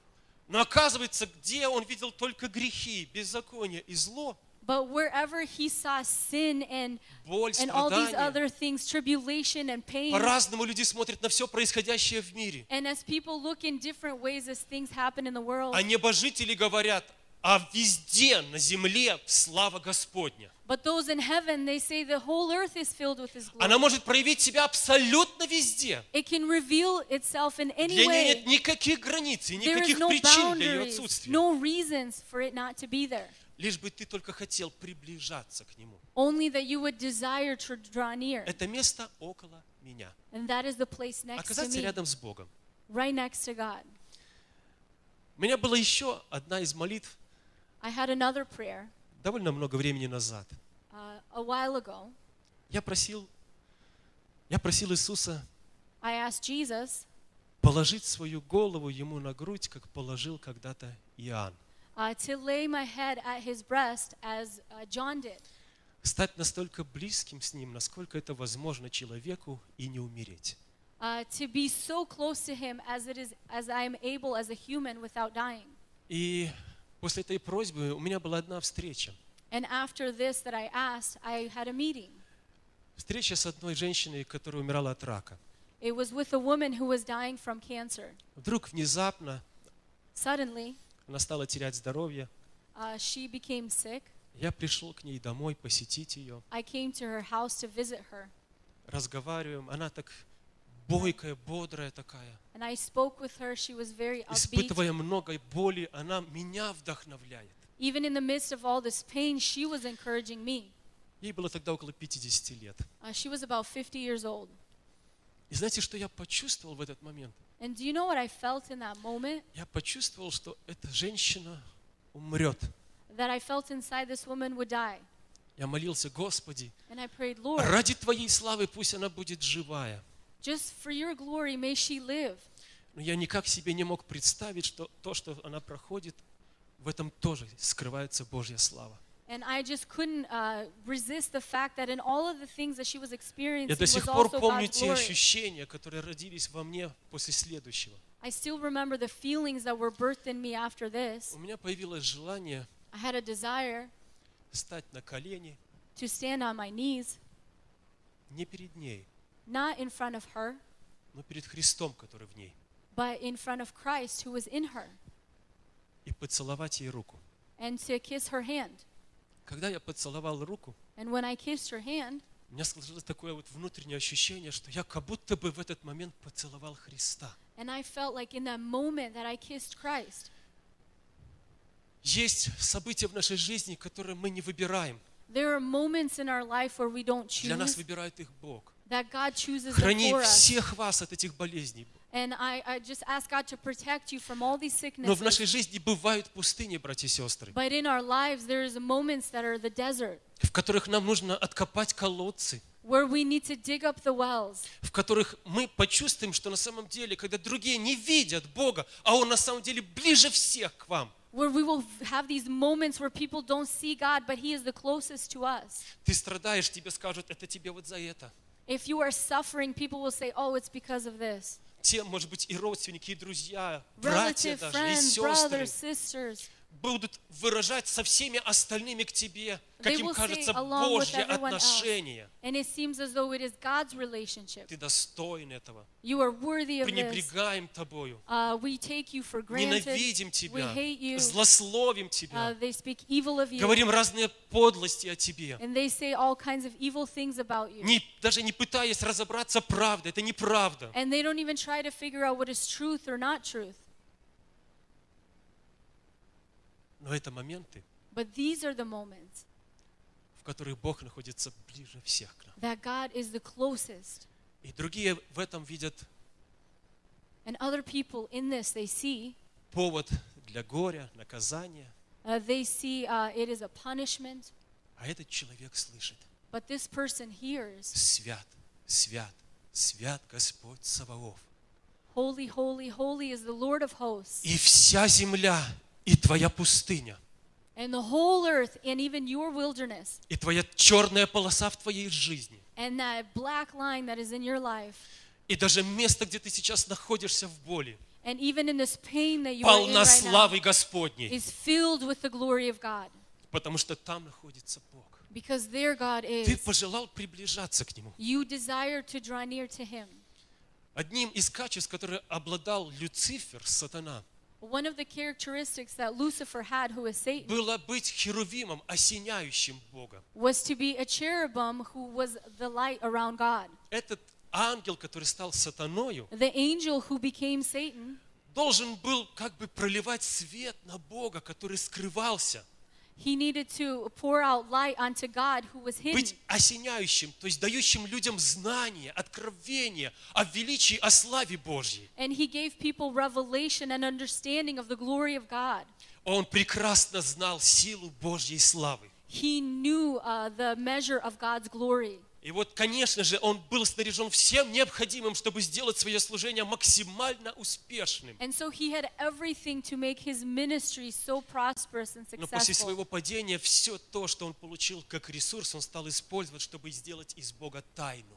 Но оказывается, где он видел только грехи, беззаконие и зло,
But wherever he saw sin and
боль,
and all these
страдания,
other things, tribulation and pain.
по-разному люди смотрят на все происходящее в мире.
And as people look in different ways as things happen in the world,
А небожители говорят, а везде на земле слава Господня.
but those in heaven, they say the whole earth is filled with His glory.
Она может проявить себя абсолютно везде.
It can reveal itself in any
Для нее
way.
нет никаких границ и
There is
никаких
no
причин для ее
boundaries,
отсутствия.
no reasons for it not to be there.
Лишь бы ты только хотел приближаться к Нему.
Only that you would desire to draw near.
Это место около меня.
And that is the place next to
Оказаться
me,
рядом с Богом.
right next to God.
У меня была еще одна из молитв
I had another prayer
довольно много времени назад.
uh, a while ago.
Я просил, я просил Иисуса
I asked Jesus
положить свою голову ему на грудь, как положил когда-то Иоанн.
uh, to lay my head at His breast as uh, John did.
Стать настолько близким с ним, насколько это возможно человеку, и не умереть.
uh, to be so close to him as it is as I am able as a human without dying.
И после этой просьбы у меня была одна встреча.
And after this that I asked, I had a meeting.
Встреча с одной женщиной, которая умирала от рака.
It was with a woman who was dying from cancer.
Вдруг внезапно
Suddenly,
Она стала терять здоровье.
Uh, she became sick.
Я пришел к ней домой посетить ее.
I came to her house to visit her,
Разговариваем. Она так бойкая, бодрая такая.
and I spoke with her. She was very upbeat.
Испытывая много боли, она меня вдохновляет.
Even in the midst of all this pain, she was encouraging me.
Ей было тогда около 50 лет.
Uh, she was about 50 years old.
И знаете, что я почувствовал в этот момент?
And do you know what I felt in that moment?
Я почувствовал, что эта женщина умрет.
That I felt inside this woman would die.
Я молился, Господи,
And I prayed, Lord,
ради Твоей славы пусть она будет живая.
just for your glory, may she live.
Но я никак себе не мог представить, что то, что она проходит, в этом тоже скрывается Божья слава.
And I just couldn't uh, resist the fact that in all of the things that she was
Я
experiencing
до
was
сих пор
also
помню
God's
те
glory.
ощущения, которые родились во мне после следующего.
I still remember the feelings that were birthed in me after this.
У меня появилось желание
I had a desire
стать на колени
to stand on my knees,
не перед ней,
not in front of her,
но перед Христом, который в ней,
but in front of Christ who was in her,
и поцеловать ей руку.
and to kiss her hand.
Когда я поцеловал руку,
And when I kissed her hand,
у меня сложилось такое вот внутреннее ощущение, что я как будто бы в этот момент поцеловал Христа.
and I felt like in that moment that I kissed Christ.
Есть события в нашей жизни, которые мы не выбираем.
There are moments in our life where we don't
Для нас
choose
выбирает их Бог.
that God chooses them
Храни
for us.
всех вас от этих болезней.
And I, I just ask God to protect you from all these
Но в
sicknesses.
нашей жизни бывают пустыни, братья и сестры,
But in our lives, there is moments that are the desert
в которых нам нужно откопать колодцы,
where we need to dig up the wells,
в которых мы почувствуем, что на самом деле, когда другие не видят Бога, а Он на самом деле ближе всех к вам,
where we will have these moments where people don't see God, but He is the closest to us.
ты страдаешь, тебе скажут, это тебе вот за это.
If you are suffering, people will say, "Oh, it's because of this."
Те, может быть, и родственники, и друзья, братья
Relative,
даже, и
friends,
сестры
brothers, sisters,
будут выражать со всеми остальными к тебе, как
They
им
will say,
кажется,
along with
Божье
everyone else.
отношение.
and it seems as though it is God's relationship.
Ты достоин этого.
You are worthy of this.
Пренебрегаем тобою.
Uh, we take you for granted.
Ненавидим
We
тебя.
hate you.
Злословим
Uh,
тебя.
they speak evil of you.
Говорим разные подлости о тебе.
And they say all kinds of evil things about you.
Не, даже не пытаясь разобраться, правда, это неправда.
And they don't even try to figure out what is truth or not truth.
Но это моменты,
But these are the moments
в которых Бог находится ближе всех к нам.
that God is the closest.
И другие в этом видят
And other people in this, they see,
повод для горя, наказания.
uh, they see uh, it is a punishment.
А этот человек слышит.
But this person hears,
Свят, свят, свят Господь Саваоф.
Holy, holy, holy is the Lord of hosts.
И вся земля, и твоя пустыня,
And the whole earth, and even your wilderness,
и твоя черная полоса в твоей жизни,
and that black line that is in your life,
и даже место, где ты сейчас находишься в боли,
and even in this pain that you are in
полна
right now,
славы Господней,
is filled with the glory of God.
потому что там находится Бог.
Because their God
Ты
is.
пожелал приближаться к Нему.
You desire to draw near to him.
Одним из качеств, которые обладал Люцифер, сатана,
One of the characteristics that Lucifer had, who is Satan,
было быть херувимом, осеняющим Бога.
was to be a cherubim who was the light around God.
Этот ангел, который стал сатаною,
The angel who became Satan,
должен был как бы проливать свет на Бога, который скрывался,
he needed to pour out light onto God who was hidden,
быть осеняющим, то есть дающим людям знание, откровение о величии, о славе Божьей.
and he gave people revelation and understanding of the glory of God.
Он прекрасно знал силу Божьей славы.
He knew uh, the measure of God's glory.
И вот, конечно же, он был снаряжен всем необходимым, чтобы сделать свое служение максимально успешным.
And so he had everything to make his ministry so prosperous and
Но после
successful.
своего падения все то, что он получил как ресурс, он стал использовать, чтобы сделать из Бога тайну.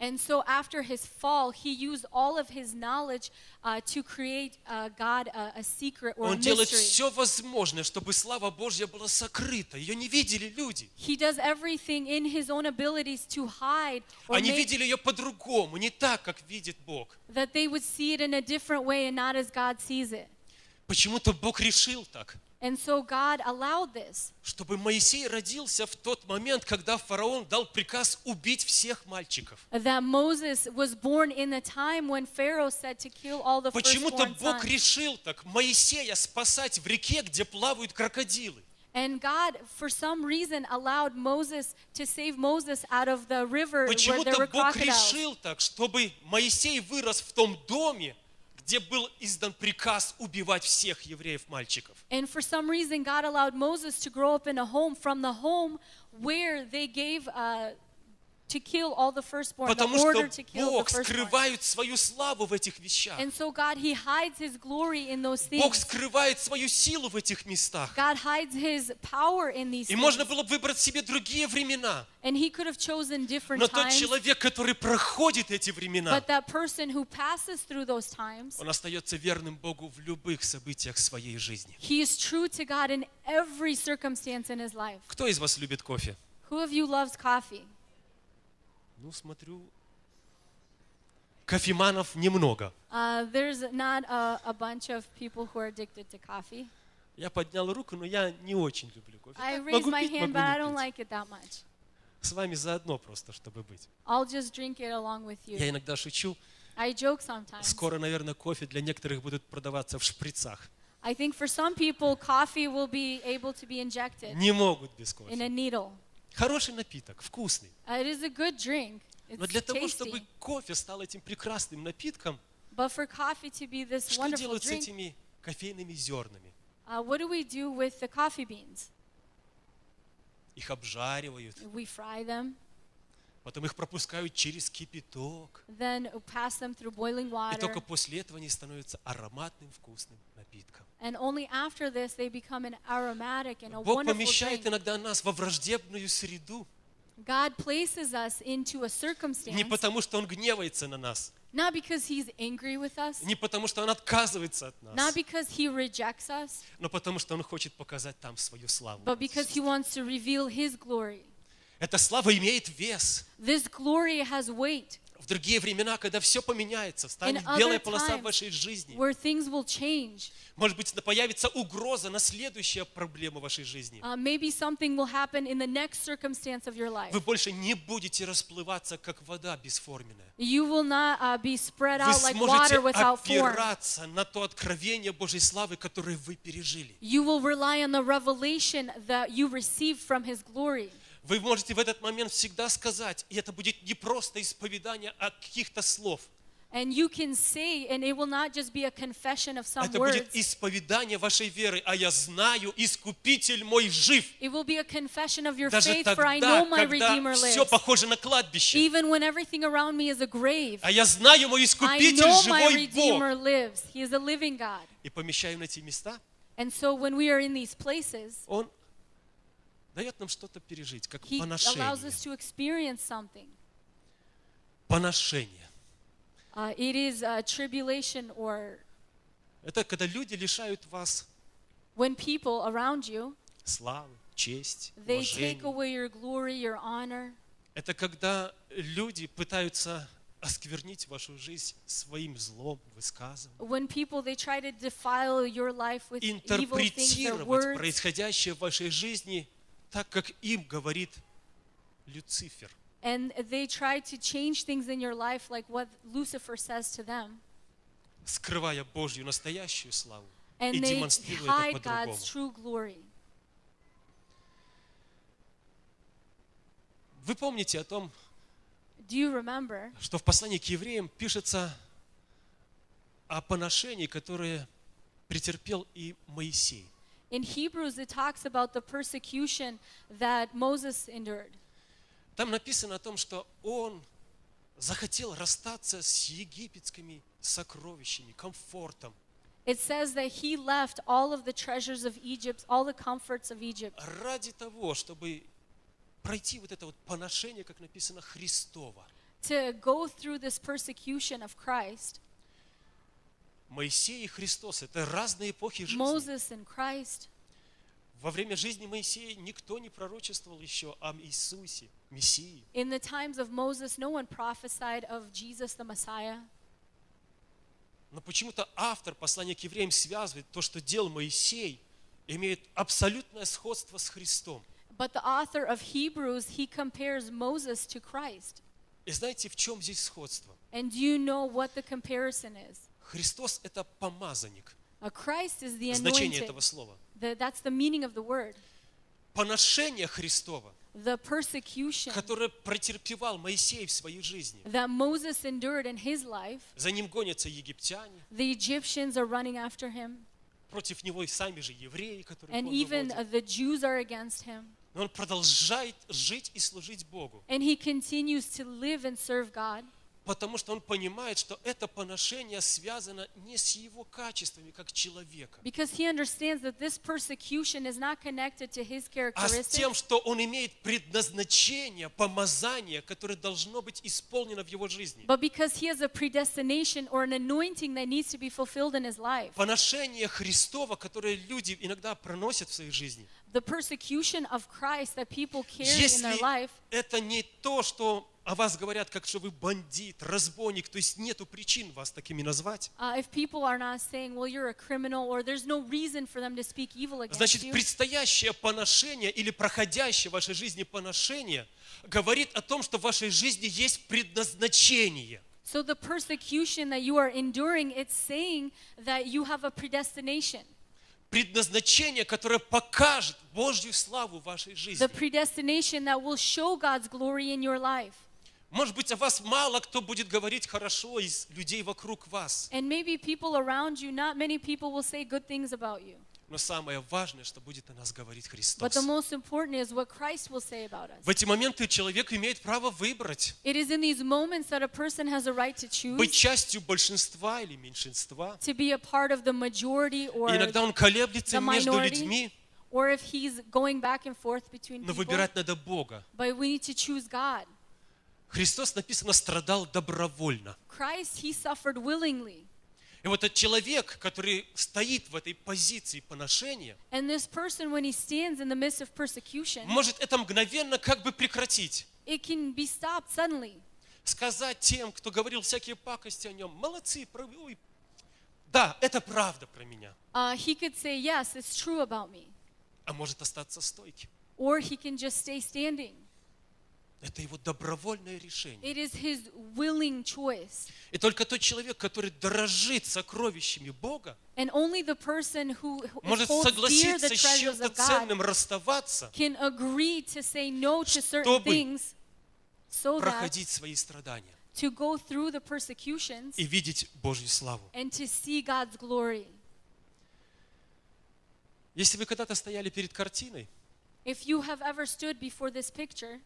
And so after his fall, he used all of his knowledge uh, to create uh, God a, a secret or a
Он делает
mystery.
все возможное, чтобы слава Божья была сокрыта. Ее не видели люди.
He does everything in his own abilities to hide or
Они
make,
видели ее по-другому, не так, как видит Бог.
that they would see it in a different way and not as God sees it.
Почему-то Бог решил так,
And so God allowed this
чтобы Моисей родился в тот момент, когда фараон дал приказ убить всех мальчиков.
that Moses was born in a time when Pharaoh said to kill all the
Почему-то
firstborn
Бог
sons.
решил так Моисея спасать в реке, где плавают крокодилы.
And God, for some reason, allowed Moses to save Moses out of the river where there
Почему-то
were
Бог
crocodiles.
решил так, чтобы Моисей вырос в том доме, где был издан приказ убивать всех евреев-мальчиков.
And for some reason, God allowed Moses to grow up in a home from the home where they gave uh, to kill all the firstborn,
Потому
the order
что
to kill the
Бог
firstborn.
скрывает свою славу в этих вещах.
And so God, He hides His glory in those
Бог
things.
скрывает свою силу в этих местах.
God hides His power in these
И
things.
можно было бы выбрать себе другие времена.
And He could have chosen different
Но тот
times.
человек, который проходит эти времена,
But that person who passes through those times,
он остается верным Богу в любых событиях своей жизни.
he is true to God in every circumstance in his life.
Кто из вас любит кофе?
Who of you loves coffee?
Ну, смотрю, кофеманов немного.
Uh, there's not a, a bunch of people who are addicted to coffee.
Я поднял руку, но я не очень люблю кофе.
I
Так,
raise
могу
my
пить, могу
hand, but
не
I don't
пить.
like it that much.
С вами заодно просто, чтобы быть.
I'll just drink it along with
Я
you.
иногда шучу.
I joke sometimes.
Скоро, наверное, кофе для некоторых будут продаваться в шприцах.
I think for some people, coffee will be able to be injected
Не могут без
in
кофе.
a needle.
Хороший напиток, вкусный.
Uh, it is a good drink.
Но
It's
для того, чтобы
tasty.
кофе стал этим прекрасным напитком,
But for coffee to be this
что
wonderful
делают с
drink,
этими кофейными зернами?
uh, what do we do with the coffee beans?
Их обжаривают,
We fry them,
потом их пропускают через кипяток.
then pass them through boiling
И
water,
только после этого они становятся ароматным, вкусным напитком.
and only after this they become an aromatic and a
Бог
wonderful
помещает
drink.
иногда нас во враждебную среду.
God places us into a
Не
circumstance
потому, что Он гневается на нас,
not because He's angry with us,
не потому, что Он отказывается от
not
нас,
because He rejects us,
но потому, что Он хочет показать там свою славу.
but because He wants to reveal His glory.
Эта слава имеет вес.
This glory has weight,
В другие времена, когда все поменяется, станет
other
белая полоса в
times,
вашей жизни.
where things will change.
Может быть, появится угроза на следующую проблему вашей жизни.
Uh, maybe something will happen in the next circumstance of your life.
Вы больше не будете расплываться, как вода бесформенная.
You will not uh, be spread
Вы
out like water
сможете
without form.
опираться на то откровение Божьей славы, которое вы пережили.
You will rely on the revelation that you received from His glory.
Вы можете в этот момент всегда сказать, и это будет не просто исповедание а каких-то слов.
And you can say, and it will not just be a confession of some
Это
words,
будет исповедание вашей веры. А я знаю, Искупитель мой жив.
it will be a confession of your
Даже
faith, for I
тогда,
know my
когда
Redeemer lives.
все похоже на кладбище.
Even when everything around me is a grave,
А я знаю, мой
I
Искупитель
know my
живой
Redeemer
Бог.
lives. He is a living God.
И помещаем на эти места,
And so when we are in these places,
Он дает нам что-то пережить, как
He allows
поношение.
us to experience something.
Поношение.
Uh, it is uh, tribulation, or
Это когда люди лишают вас
when people around you
славы, чести,
they
уважения.
take away your glory, your honor.
Это когда люди пытаются осквернить вашу жизнь своим злом, высказыванием.
When people they try to defile your life with evil things or
Интерпретировать
words,
происходящее в вашей жизни так, как им говорит Люцифер.
and they try to change things in your life like what Lucifer says to them,
скрывая Божью настоящую славу и
and they
демонстрируя это
hide God's
по-другому.
true glory.
Вы помните о том,
Do you remember
что в послании к евреям пишется о поношении, которое претерпел и Моисей.
in Hebrews it talks about the persecution that Moses endured?
Там написано о том, что он захотел расстаться с египетскими сокровищами, комфортом,
It says that he left all of the treasures of Egypt, all the comforts of Egypt,
ради того, чтобы пройти вот это вот поношение, как написано, Христово.
to go through this persecution of Christ.
Моисей и Христос – это разные эпохи жизни.
Moses and Christ.
Во время жизни Моисея никто не пророчествовал еще о Иисусе, Мессии.
In the times of Moses, no one prophesied of Jesus the Messiah.
Но почему-то автор послания к евреям связывает то, что делал Моисей, имеет абсолютное сходство с Христом.
But the author of Hebrews, he compares Moses to Christ.
И знаете, в чем здесь сходство?
And do you know what the comparison is?
Христос – это помазанник.
A Christ is the
Значение
anointed.
этого слова.
The- that's the meaning of the word.
Поношение Христова,
The persecution
которое претерпевал Моисей в своей жизни.
that Moses endured in his life,
За ним гонятся египтяне,
the Egyptians are running after him,
против него и сами же евреи, которые
and
он
even uh,
выводит.
the Jews are against him.
Но он продолжает жить и служить Богу,
And he continues to live and serve God
потому что он понимает, что это поношение связано не с его качествами как человека,
because he understands that this persecution is not connected to his
а с тем,
characteristics,
что он имеет предназначение, помазание, которое должно быть исполнено в его жизни.
but because he has a predestination or an anointing that needs to be fulfilled in his life.
Поношение Христова, которое люди иногда проносят в своей жизни,
The persecution of Christ that people carry in their
Если
life
это не то, что о вас говорят, как что вы бандит, разбойник, то есть нету причин вас такими назвать,
Uh, if people are not saying, well, you're a criminal, or there's no reason for them to speak evil against
значит
you,
предстоящее поношение или проходящее в вашей жизни поношение говорит о том, что в вашей жизни есть предназначение.
so the persecution that you are enduring, it's saying that you have a predestination.
Предназначение, которое покажет Божью славу в вашей жизни.
The predestination that will show God's glory in your life.
Может быть, о вас мало кто будет говорить хорошо из людей вокруг вас.
And maybe people around you, not many people will say good things about you.
Но самое важное, что будет о нас говорить Христос.
But the most important is what Christ will say about
В
us.
эти моменты человек имеет право выбрать,
It is in these moments that a person has a right to
быть
choose
частью большинства или меньшинства.
to be a part of the majority
И
or,
иногда он колеблется
the
между
minority,
людьми,
or if he's going back and forth between
но
people.
выбирать надо Бога.
But we need to choose God.
Христос, написано, страдал добровольно.
Christ, he suffered willingly.
И вот этот человек, который стоит в этой позиции поношения,
And this person, when he stands in the midst of persecution,
может это мгновенно как бы прекратить.
it can be stopped suddenly.
Сказать тем, кто говорил всякие пакости о нем, молодцы, про- ой, да, это правда про меня.
Uh, he could say, Yes, it's true about me.
А может остаться стойким.
Or he can just stay standing.
Это его добровольное решение.
It is his willing choice.
И только тот человек, который дорожит сокровищами Бога,
And only the person who who
может
holds dear
согласиться
the
с
treasures
чем-то
of God
ценным расставаться,
can agree to say no to certain
Чтобы
things so that
проходить свои страдания
to go through the persecutions
и видеть Божью славу.
and to see God's glory.
Если вы когда-то стояли перед картиной,
If you have ever stood before this picture,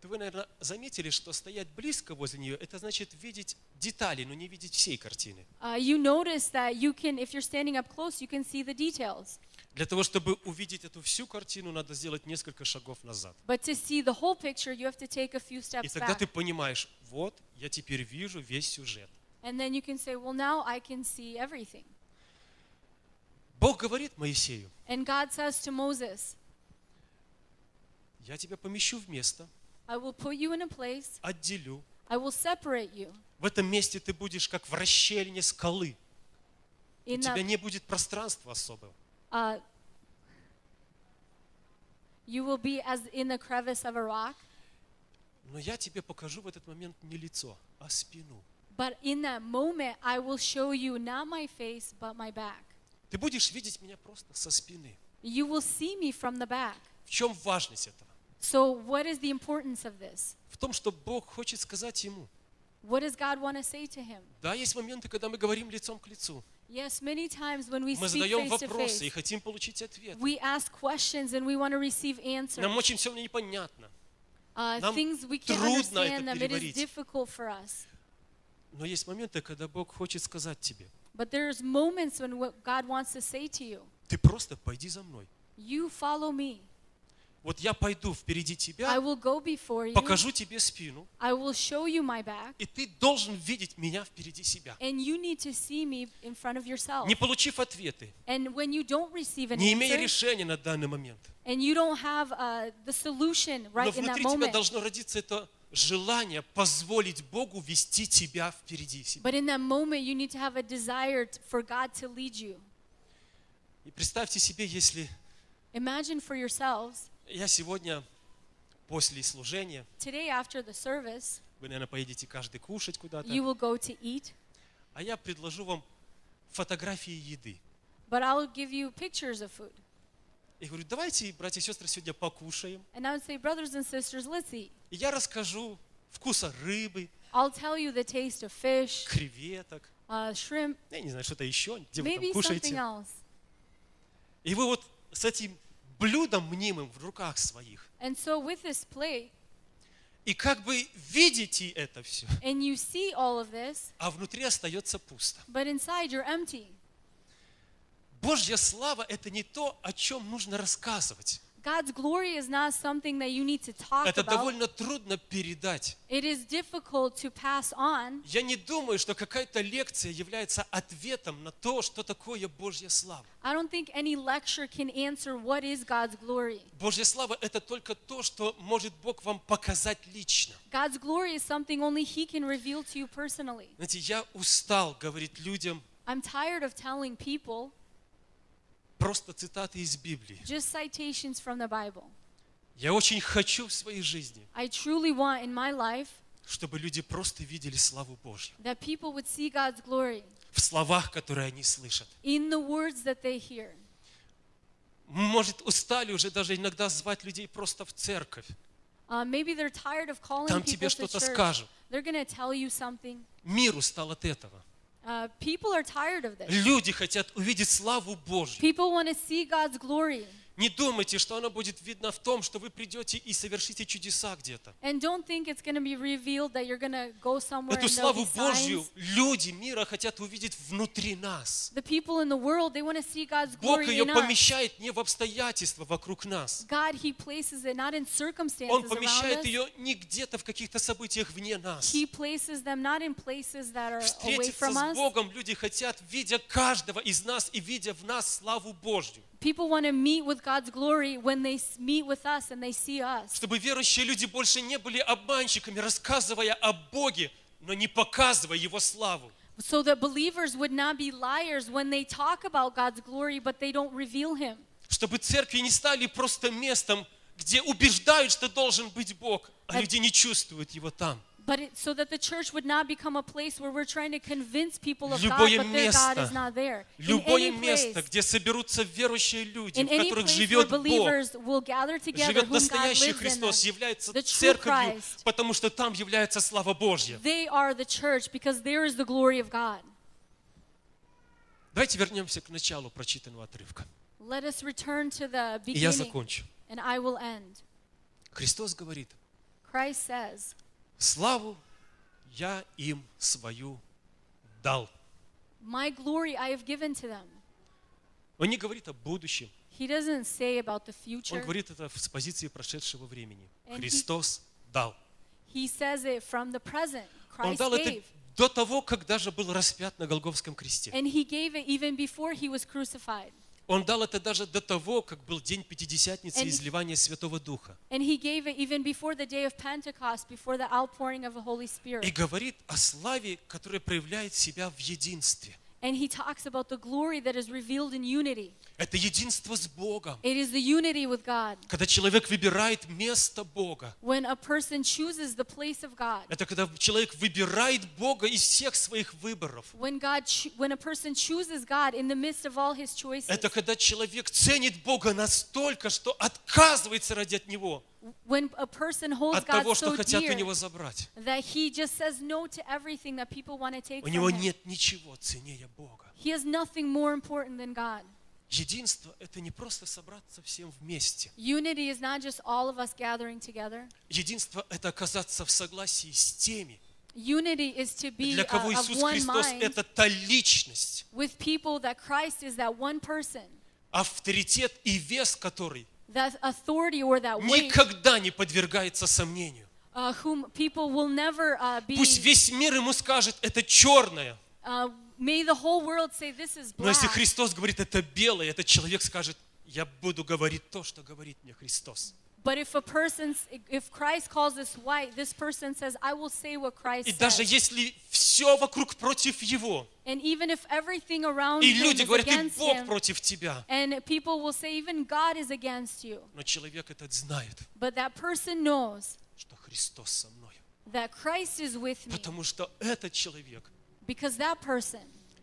то вы, наверное, заметили, что стоять близко возле нее, это значит видеть детали, но не видеть всей картины.
uh, you notice that you can, if you're standing up close, you can see the details.
Для того, чтобы увидеть эту всю картину, надо сделать несколько шагов назад.
But to see the whole picture, you have to take a few
И
steps
тогда
back.
ты понимаешь, вот, я теперь вижу весь сюжет.
And then you can say, well, now I can see everything.
Бог говорит Моисею,
And God says to Moses,
я тебя помещу в место,
I will put you in a place,
отделю,
I will separate you.
В этом месте ты будешь как в расщелине скалы. У
In
тебя
that,
не будет пространства особого.
uh, you will be as in the crevice of a rock,
Но я тебе покажу в этот момент не лицо, а спину.
but in that moment, I will show you not my face, but my back.
Ты будешь видеть меня просто со спины.
You will see me from the back.
В чем важность этого?
So, what is the importance of this?
В том, что Бог хочет сказать ему.
What does God want to say to him?
Да, есть моменты, когда мы говорим лицом к лицу.
Yes, many times when we
Мы
speak
задаем
face to
вопросы и
face,
хотим получить ответ.
we ask questions and we want to receive answers.
Нам очень все непонятно.
Uh,
нам
things we can't
трудно
understand
это
them. It is
переварить.
difficult for us.
Но есть моменты, когда Бог хочет сказать тебе.
But there's moments when what God wants to say to you,
Ты просто пойди за мной.
you follow me.
Вот я пойду впереди
I
тебя,
will go before you.
покажу тебе спину,
I will show you my back.
и ты должен видеть меня впереди себя.
And you need to see me in front of yourself.
не получив ответы,
And when Oh. you don't receive an
не имея
answer,
решения на данный момент,
and you don't have uh, the solution
но
right in that
внутри тебя
moment,
должно родиться это желание позволить Богу вести тебя впереди себя.
But in that moment, you need to have a desire t- for God to lead you.
И представьте себе, если
Imagine for yourselves,
я сегодня после служения,
today after the service,
вы, наверное, поедете каждый кушать куда-то,
you will go to eat,
а я предложу вам фотографии еды.
but I'll give you pictures of food.
И говорю, давайте, братья и сестры, сегодня покушаем.
And I would say, brothers and sisters, let's eat.
И я расскажу вкуса рыбы,
I'll tell you the taste of fish,
креветок,
uh, shrimp,
я не знаю, что-то еще, где вы
maybe
там
something
кушаете.
else.
И вы вот с этим блюдом мнимым в руках своих.
And so with this plate,
И как бы видите это все,
and you see all of this,
а внутри остается пусто.
but inside you're empty.
Божья слава – это не то, о чем нужно рассказывать.
God's glory is not something that you need to talk
Это
about.
довольно трудно передать.
It is difficult to pass on.
Я не думаю, что какая-то лекция является ответом на то, что такое Божья слава.
I don't think any lecture can answer what is God's glory.
Божья слава – это только то, что может Бог вам показать лично.
God's glory is something only He can reveal to you personally.
Знаете, я устал говорить людям
I'm tired of telling people
просто цитаты из Библии.
just citations from the Bible.
Я очень хочу в своей жизни,
I truly want in my life
чтобы люди просто видели славу Божью
that people would see God's glory
в словах, которые они слышат.
in the words that they hear.
Может, устали уже даже иногда звать людей просто в церковь.
Uh, maybe they're tired of calling
Там тебе
people to
что-то
church.
скажут.
They're going to tell you something.
Мир устал от этого.
Uh, people are tired of this.
Люди хотят увидеть славу Божью.
People want to see God's glory.
Не думайте, что она будет видна в том, что вы придете и совершите чудеса где-то.
And don't think it's going to be revealed that you're going to go somewhere
Эту
and there'll
славу
be
Божью
signs.
люди мира хотят увидеть внутри нас.
The people in the world, they want to see God's
Бог
glory
ее
in us.
помещает не в обстоятельства вокруг нас.
God, He places it not in
Он
circumstances around
помещает
us.
ее не где-то в каких-то событиях вне нас.
He places them not in places that are away
Встретиться
from
с
us.
Богом люди хотят, видя каждого из нас и видя в нас славу Божью.
People want to meet with God's glory when they s- meet with us and they see us.
Чтобы верующие люди больше не были обманщиками, рассказывая о Боге, но не показывая Его славу.
So that believers would not be liars when they talk about God's glory, but they don't reveal Him.
Чтобы церкви не стали просто местом, где убеждают, что должен быть Бог, а
Э-
люди не чувствуют Его там.
But it, so that the church would not become a place where we're trying to convince people of
Любое
God, but their God
место,
is not there. in
Любое
any
место,
place,
где соберутся верующие люди,
in
в
any
которых
place where
живет Бог,
believers will gather together,
живет
whom God
настоящий
lives in
Христос,
us,
является
the true
церковью,
Christ.
потому что там является слава Божья.
they are the church because there is the glory of God.
Давайте вернемся к началу прочитанного отрывка.
Let us return to the
И я
beginning,
закончу.
and I will end.
Христос говорит,
Christ says,
славу я им свою дал.
My glory I have given to them.
Он не говорит о будущем,
He doesn't say about the
он
future.
говорит это с позиции прошедшего времени.
And he-
Христос дал.
He says it from the present.
Он
Christ
дал это
gave.
до того, как даже был распят на Голговском кресте.
And he gave it even before he was crucified.
Он дал это даже до того, как был день Пятидесятницы и
And-
изливания Святого Духа.
And he gave it even before the day of Pentecost, before the outpouring of the Holy
И
Spirit.
говорит о славе, которая проявляет себя в единстве.
And he talks about the glory that is revealed in unity.
Это единство с Богом.
It is the unity with God.
Когда человек выбирает место Бога.
When a person chooses the place of God,
Это когда человек выбирает Бога из всеch своих выборов.
when God cho- when a person chooses God in the midst of all his choices,
Это когда человек ценит Бога настолько, что отказывается ради от Него,
when a person holds
от
God
того, что
so
хотят у
dear
Него забрать.
that he just says no to everything that people want to take
У
from
него
him.
нет ничего ценнее Бога.
He has nothing more important than God.
Единство – это не просто собраться всем вместе.
Unity is not just all of us gathering together.
Единство – это оказаться в согласии с теми,
Unity is to be
для кого
uh, of
Иисус
one
Христос –
mind
это та личность,
with people that Christ is that one person,
авторитет и вес которой
that authority or that weight,
никогда не подвергается сомнению.
uh, whom people will never uh, be.
Пусть весь мир ему скажет, это черное.
Uh, may the whole world say this is
Но
black.
если Христос говорит, это белое, этот человек скажет, я буду говорить то, что говорит мне Христос.
But if a person's, if Christ calls us white, this person says, I will say what Christ
И даже
says.
если все вокруг против его,
And even if everything around
и
him
люди
is
говорят, и
against
Бог
him,
против тебя,
and people will say, even God is against you.
но человек этот знает,
But that person knows
что Христос со мной.
that Christ is with me
Потому что этот человек
because that person,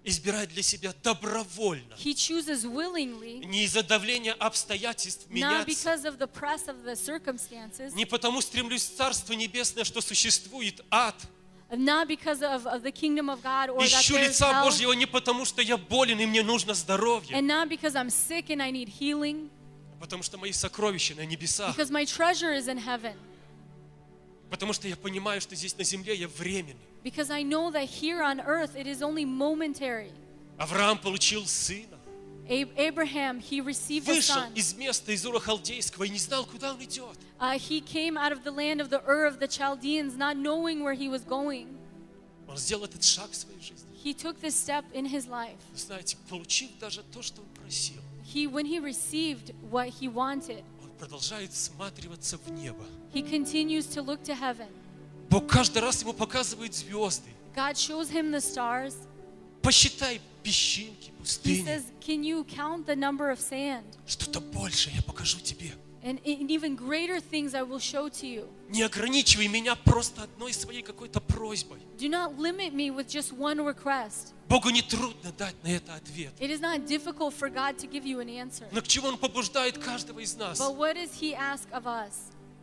избирает для себя добровольно,
he chooses willingly,
не из-за давления обстоятельств
not
меняться,
because of the press of the circumstances,
не потому стремлюсь в Царство Небесное, что существует ад,
not because of, of the kingdom of God or that
ищу
there is
лица
hell,
Божьего не потому, что я болен и мне нужно здоровье,
and not because I'm sick and I need healing,
а потому что мои сокровища на небесах,
because my treasure is in heaven.
потому что я понимаю, что здесь на земле я временный.
Because I know that here on earth it is only momentary.
Авраам получил сына,
Ab- Abraham, he received a
вышел
son.
из места из Ура Халдейского и не знал, куда он идет.
Uh, he came out of the land of the Ur of the Chaldeans, not knowing where he was going.
Он сделал этот шаг в своей жизни.
He took this step in his life.
Вы знаете, получив даже то, что он просил,
He, when he received what he wanted,
он продолжает всматриваться в небо.
he continues to look to heaven.
Бог каждый раз ему показывает звезды.
God shows him the stars.
Посчитай песчинки,
He
пустыни.
says, Can you count the number of sand?
Что-то больше я покажу тебе.
And, and even greater things I will show to you.
Не ограничивай меня просто одной своей какой-то просьбой.
Do not limit me with just one request.
Богу не трудно дать на это ответ.
It is not difficult for God to give you an answer.
Но к чему Он побуждает каждого из нас?
But what does he ask of us?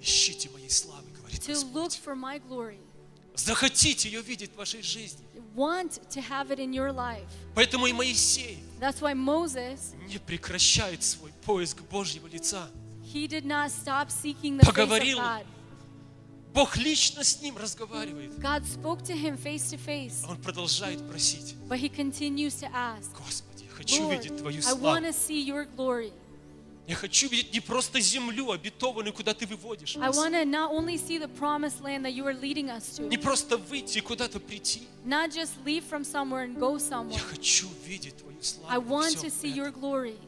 Ищите моей славы, говорит
To look
Господь.
for my glory.
Захотите ее видеть в вашей жизни.
Want to have it in your life.
Поэтому и Моисей
That's why Moses,
не прекращает свой поиск Божьего лица.
he did not stop seeking the face
Поговорил.
of God.
Бог лично с ним разговаривает.
God spoke to him face to face,
А он продолжает просить.
but he continues to ask,
Господи, я хочу
Lord,
видеть Твою
I want
славу.
to see your glory.
Я хочу видеть не просто землю обетованную, куда Ты выводишь
I
нас.
want to not only see the promised land that you are leading us
Не
to,
просто выйти и куда-то прийти.
not just leave from somewhere and go
Я
somewhere.
хочу видеть Твою
I
славу. во
want
всем
to see
этом.
your glory.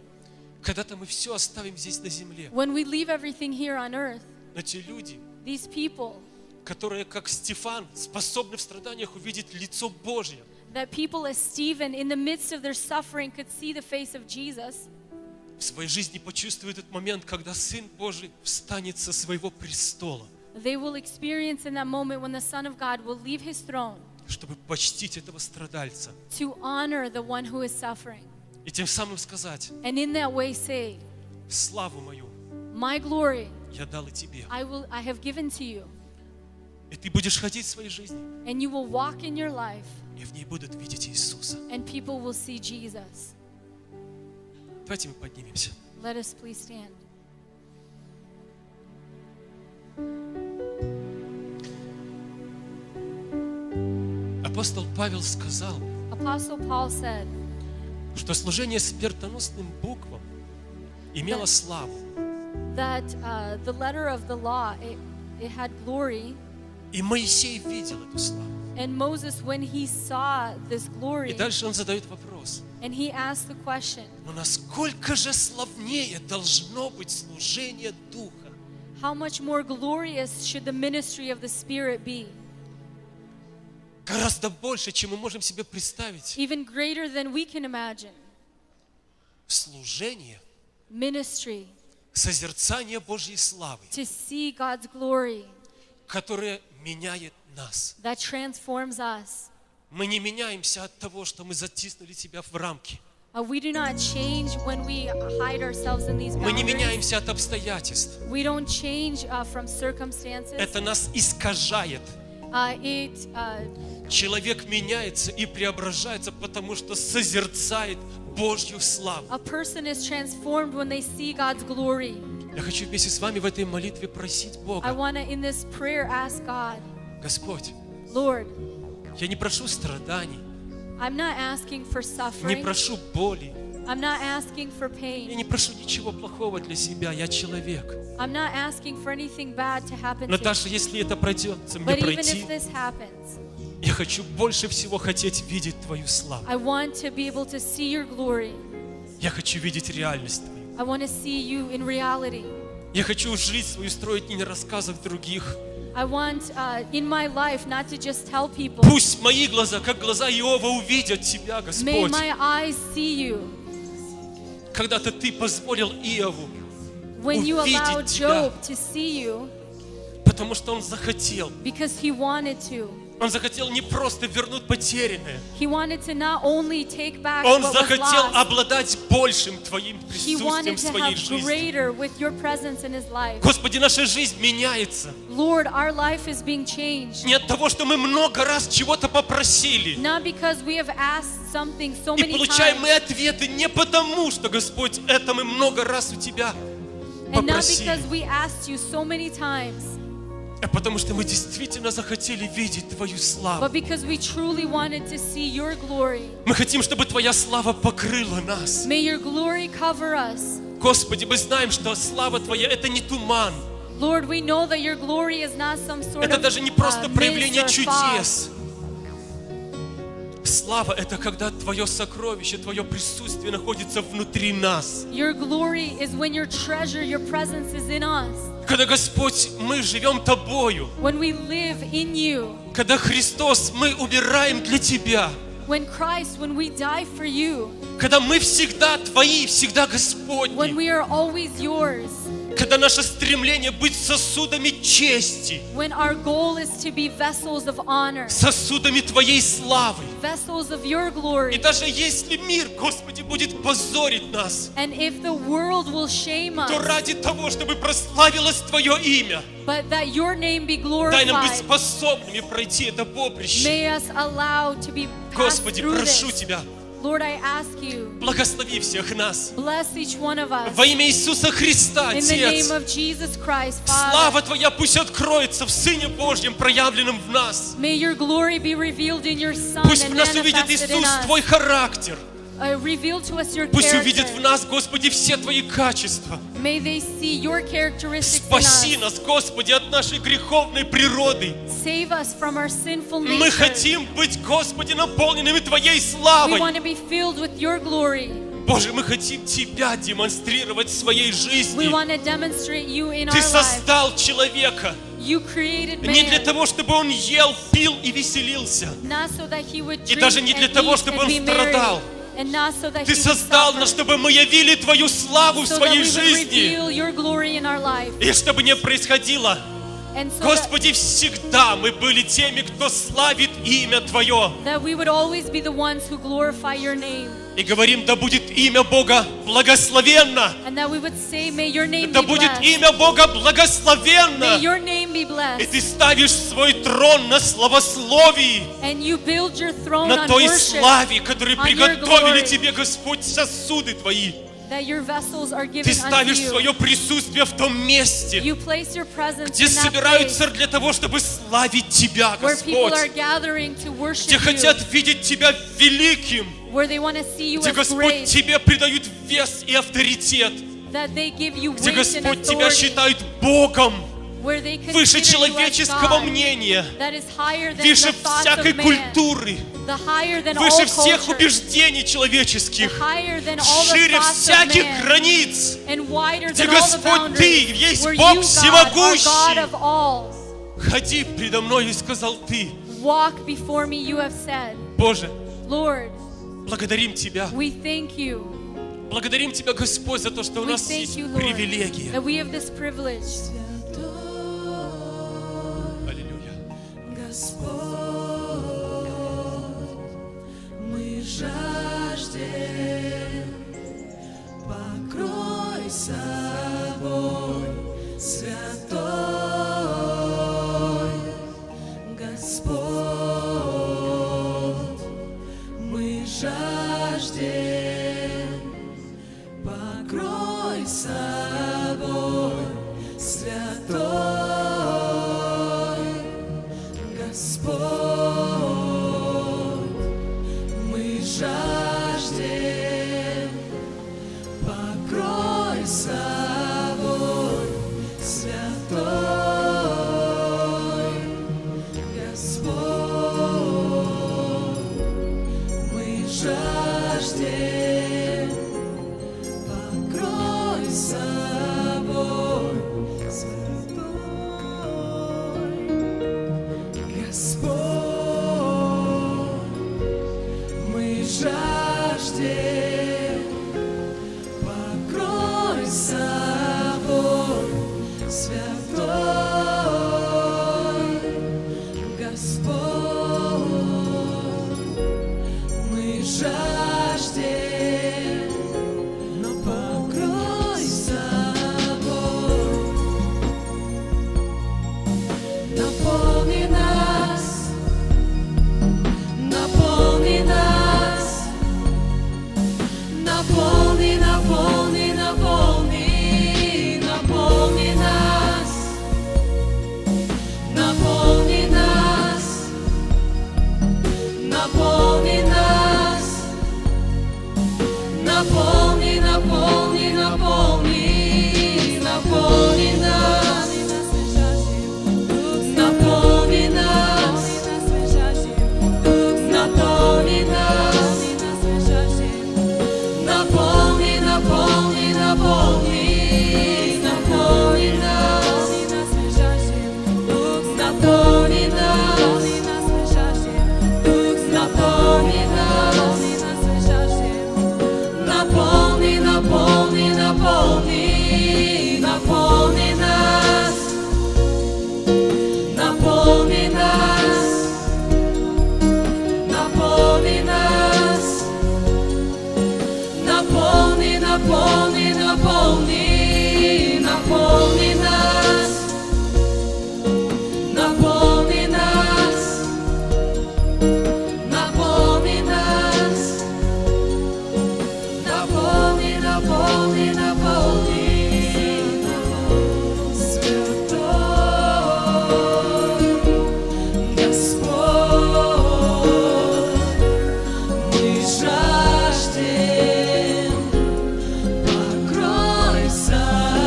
Когда-то мы все оставим здесь на земле.
When we leave everything here on earth,
Но те люди,
these people,
которые, как Стефан, способны в страданиях увидеть лицо Божье,
that people as Stephen, in the midst of their suffering, could see the face of Jesus,
в своей жизни почувствуют этот момент, когда Сын Божий встанет со своего престола,
they will experience in that moment when the Son of God will leave his throne
чтобы почтить этого страдальца.
to honor the one who is suffering.
И тем самым сказать,
And in that way say,
славу мою
My glory
я дал и тебе.
I will I have given to you,
И ты будешь ходить в своей жизни,
and you will walk in your life,
и в ней будут видеть Иисуса.
and people will see Jesus.
Давайте мы поднимемся.
Let us please stand.
Апостол Павел сказал,
Apostle Paul said
что служение смертоносным буквам имело
Да.
славу.
that uh, the letter of the law it, it had glory,
И Моисей видел эту славу.
and Moses when he saw this
И
glory,
дальше он задает вопрос.
and he asked the question,
Но насколько же славнее должно быть служение Духа?
How much more glorious should the ministry of the Spirit be?
Гораздо больше, чем мы можем себе представить.
Even greater than we can imagine.
Служение,
Ministry
созерцание Божьей славы,
to see God's glory
которое меняет нас.
that transforms us.
Мы не меняемся от того, что мы затиснули себя в рамки.
Uh, we do not change when we hide ourselves in these
Мы не
boundaries.
меняемся от обстоятельств.
We don't change uh, from circumstances.
Это нас искажает.
Uh, it, uh,
Человек меняется и преображается, потому что созерцает Божью славу.
a person is transformed when they see God's glory.
Я хочу вместе с вами в этой молитве просить
I
Бога.
want to, in this prayer, ask God,
Господь,
Lord,
я не прошу страданий,
I'm not asking for
не
suffering.
прошу боли,
I'm not asking for
я
pain.
не прошу ничего плохого для себя, я человек.
I'm not asking for anything bad to happen
Но
to me.
даже если это пройдется, мне
But even
пройти,
if this happens,
я хочу больше всего хотеть видеть Твою славу.
I want to be able to see your glory.
Я хочу видеть реальность Твою.
I want to see you in reality.
Я хочу жить свою строить не на рассказах других.
I want uh, in my life not to just tell people.
Пусть мои глаза, как глаза Иова, увидят Тебя,
May
Господь.
my eyes see you.
Когда-то Ты позволил Иову,
When you
Увидеть
allowed
тебя.
Job to see you
потому что он захотел.
because he wanted to.
Он захотел не просто вернуть потерянное.
He wanted to not only take back
Он
what was
захотел
lost,
обладать большим Твоим
he
присутствием
wanted
в
to
своей
have
жизни.
greater with your presence in his life.
Господи, наша жизнь меняется.
Lord, our life is being changed.
Не от того, что мы много раз чего-то попросили.
Not because we have asked something so
И
many
получаем мы
times,
ответы не потому, что, Господь, это мы много раз у Тебя
and not
попросили.
because we asked you so many times,
А потому что мы действительно захотели видеть Твою
but
славу.
because we truly wanted to see your glory.
Мы хотим, чтобы Твоя слава покрыла нас.
May your glory cover us.
Господи, мы знаем, что слава Твоя — это не туман.
Lord, we know that your glory is not some sort
Это
of
даже не просто
uh, mist
проявление
or fog.
чудес. Слава — это когда Твое сокровище, Твое присутствие находится внутри нас.
Your glory is when your treasure, your presence is in us.
Когда, Господь, мы живем Тобою.
When we live in you.
Когда, Христос, мы умираем для Тебя.
When Christ, when we die for you.
Когда мы всегда Твои, всегда
When
Господни.
we are always yours.
Когда наше стремление быть сосудами чести.
When our goal is to be vessels of honor,
сосудами Твоей славы.
vessels of your
И
glory.
даже если мир, Господи, будет позорить нас,
And if the world will shame
то
us,
ради того, чтобы прославилось Твое имя,
but that your name be
дай нам быть
glorified,
способными пройти это поприще.
may us allow to be passed
Господи,
through
прошу
this.
Тебя,
Lord, I ask you,
благослови всех нас.
bless each one of us.
Во имя Иисуса Христа,
In the name
Отец,
of Jesus Christ, Father,
слава Твоя пусть откроется в Сыне Божьем, проявленном в нас.
may your glory be revealed in your Son
Пусть в
and
нас увидит
manifested in
Иисус
us.
Твой характер.
Uh, reveal to us your
Пусть увидит в
character.
нас, Господи, все Твои качества.
May they see your characteristics
Спаси
in us.
нас, Господи, от нашей греховной природы.
Save us from our sinful
Мы
nature.
хотим быть, Господи, наполненными Твоей
We
славой.
want to be filled with your glory.
Боже, мы хотим Тебя демонстрировать в своей
We
жизни.
want to demonstrate you in our
Ты
life.
создал человека
You created
не для
man
того, чтобы он ел, пил и веселился.
not so that he would
И
drink
даже не для
and
того,
eat
чтобы
and
он
be merry,
страдал.
and not so that
Ты
he would
создал нас,
suffer,
чтобы мы явили Твою славу в
so that
своей
we would
жизни.
reveal your glory in our life.
И чтобы не происходило,
And so that-
Господи, всегда мы были теми, кто славит имя Твое.
that we would always be the ones who glorify your name.
И говорим, да будет имя Бога благословенно.
And that we would say, May your name
Да
be
будет
blessed.
имя Бога
May
благословенно.
your name be
И
blessed.
ты ставишь свой трон на славословии,
And you build your throne
на
on
той
worship,
славе, которую
on your
приготовили
glory.
тебе, Господь, сосуды твои.
that your vessels are
Ты
given unto
ставишь
you.
свое присутствие в том месте,
You place your presence
где
in that place
собираются для того, чтобы славить Тебя,
where people are
Господь,
gathering to
где
worship you,
хотят видеть Тебя великим,
where they want to see you
где,
as
Господь,
great,
Тебе придают вес и авторитет,
that they give you
где,
weight and
Господь, Тебя
authority,
считают Богом,
where they
выше
consider you as
человеческого
God,
мнения,
that is higher than the
выше
thoughts of
всякой
man,
культуры.
the higher than all
выше всех
cultures,
убеждений
the
человеческих,
higher than all the
шире
thoughts of
всяких
man.
границ.
and wider
Где
than all the
Господь
boundaries,
Ты, есть
where
Бог
you, God, are
всемогущий.
God of all.
Ходи предо мной, и сказал Ты,
Walk before me, you have said.
Боже,
Lord,
благодарим Тебя.
we thank you.
Благодарим Тебя, Господь, за то, что у
We
нас
thank
есть
you, Lord,
привилегия.
that we have this privilege. Э,
Аллилуйя.
Господь, мы жаждем, покрой собой святой. Господь, мы жаждем, покрой собой святой. Господь, мы жаждем, покрой собой святой. Господь, мы жаждем, покрой собой верь, покрой собой святой Господь. Мы жаждем, но покрой собой. Наполни нас, наполни нас, наполни, наполни, наполни, наполни нас, наполни нас, наполни нас, наполни, наполни, наполни, наполни нас. Наполни нас, наполни нас, наполни, наполни, наполни, наполни нас, наполни нас, наполни нас, наполни, наполни, наполни, наполни нас. Наполни нас, наполни нас, наполни, наполни, наполни, наполни нас, наполни нас, наполни нас, наполни, наполни, наполни. Святой Господь, мы жаждем, покрой собой.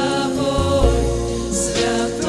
Святой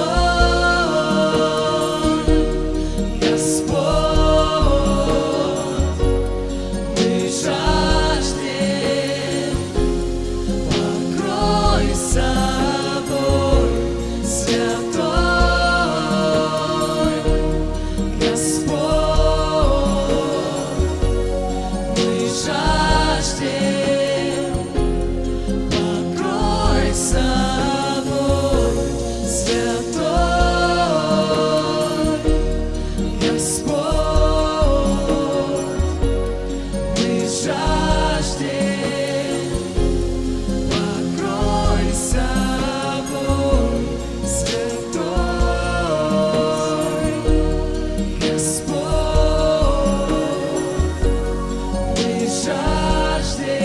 Господь,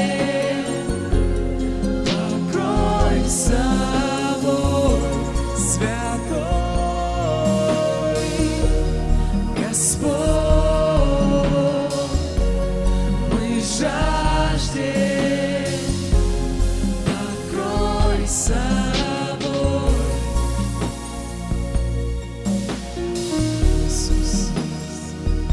мы жаждем, покрой собой. Святой Господь, мы жаждем, покрой собой. Святой Господь, мы жаждем, покрой собой. Святой Господь, мы жаждем, покрой собой. Святой Господь, мы жаждем, покрой собой. Иисус.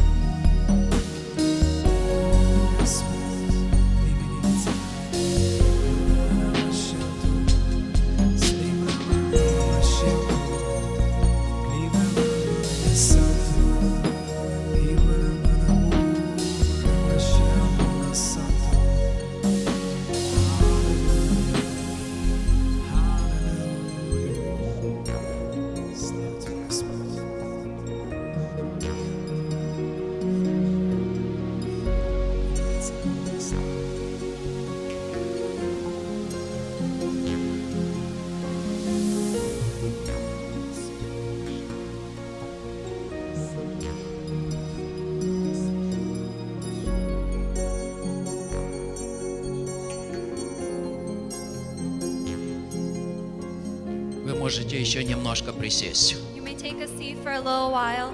Вы можете еще немножко присесть.
You may take a seat for a little while.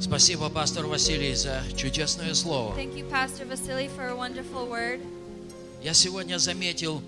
Спасибо, пастор Василий, за чудесное слово.
Thank you, Pastor Vasily, for a wonderful word.
Я сегодня заметил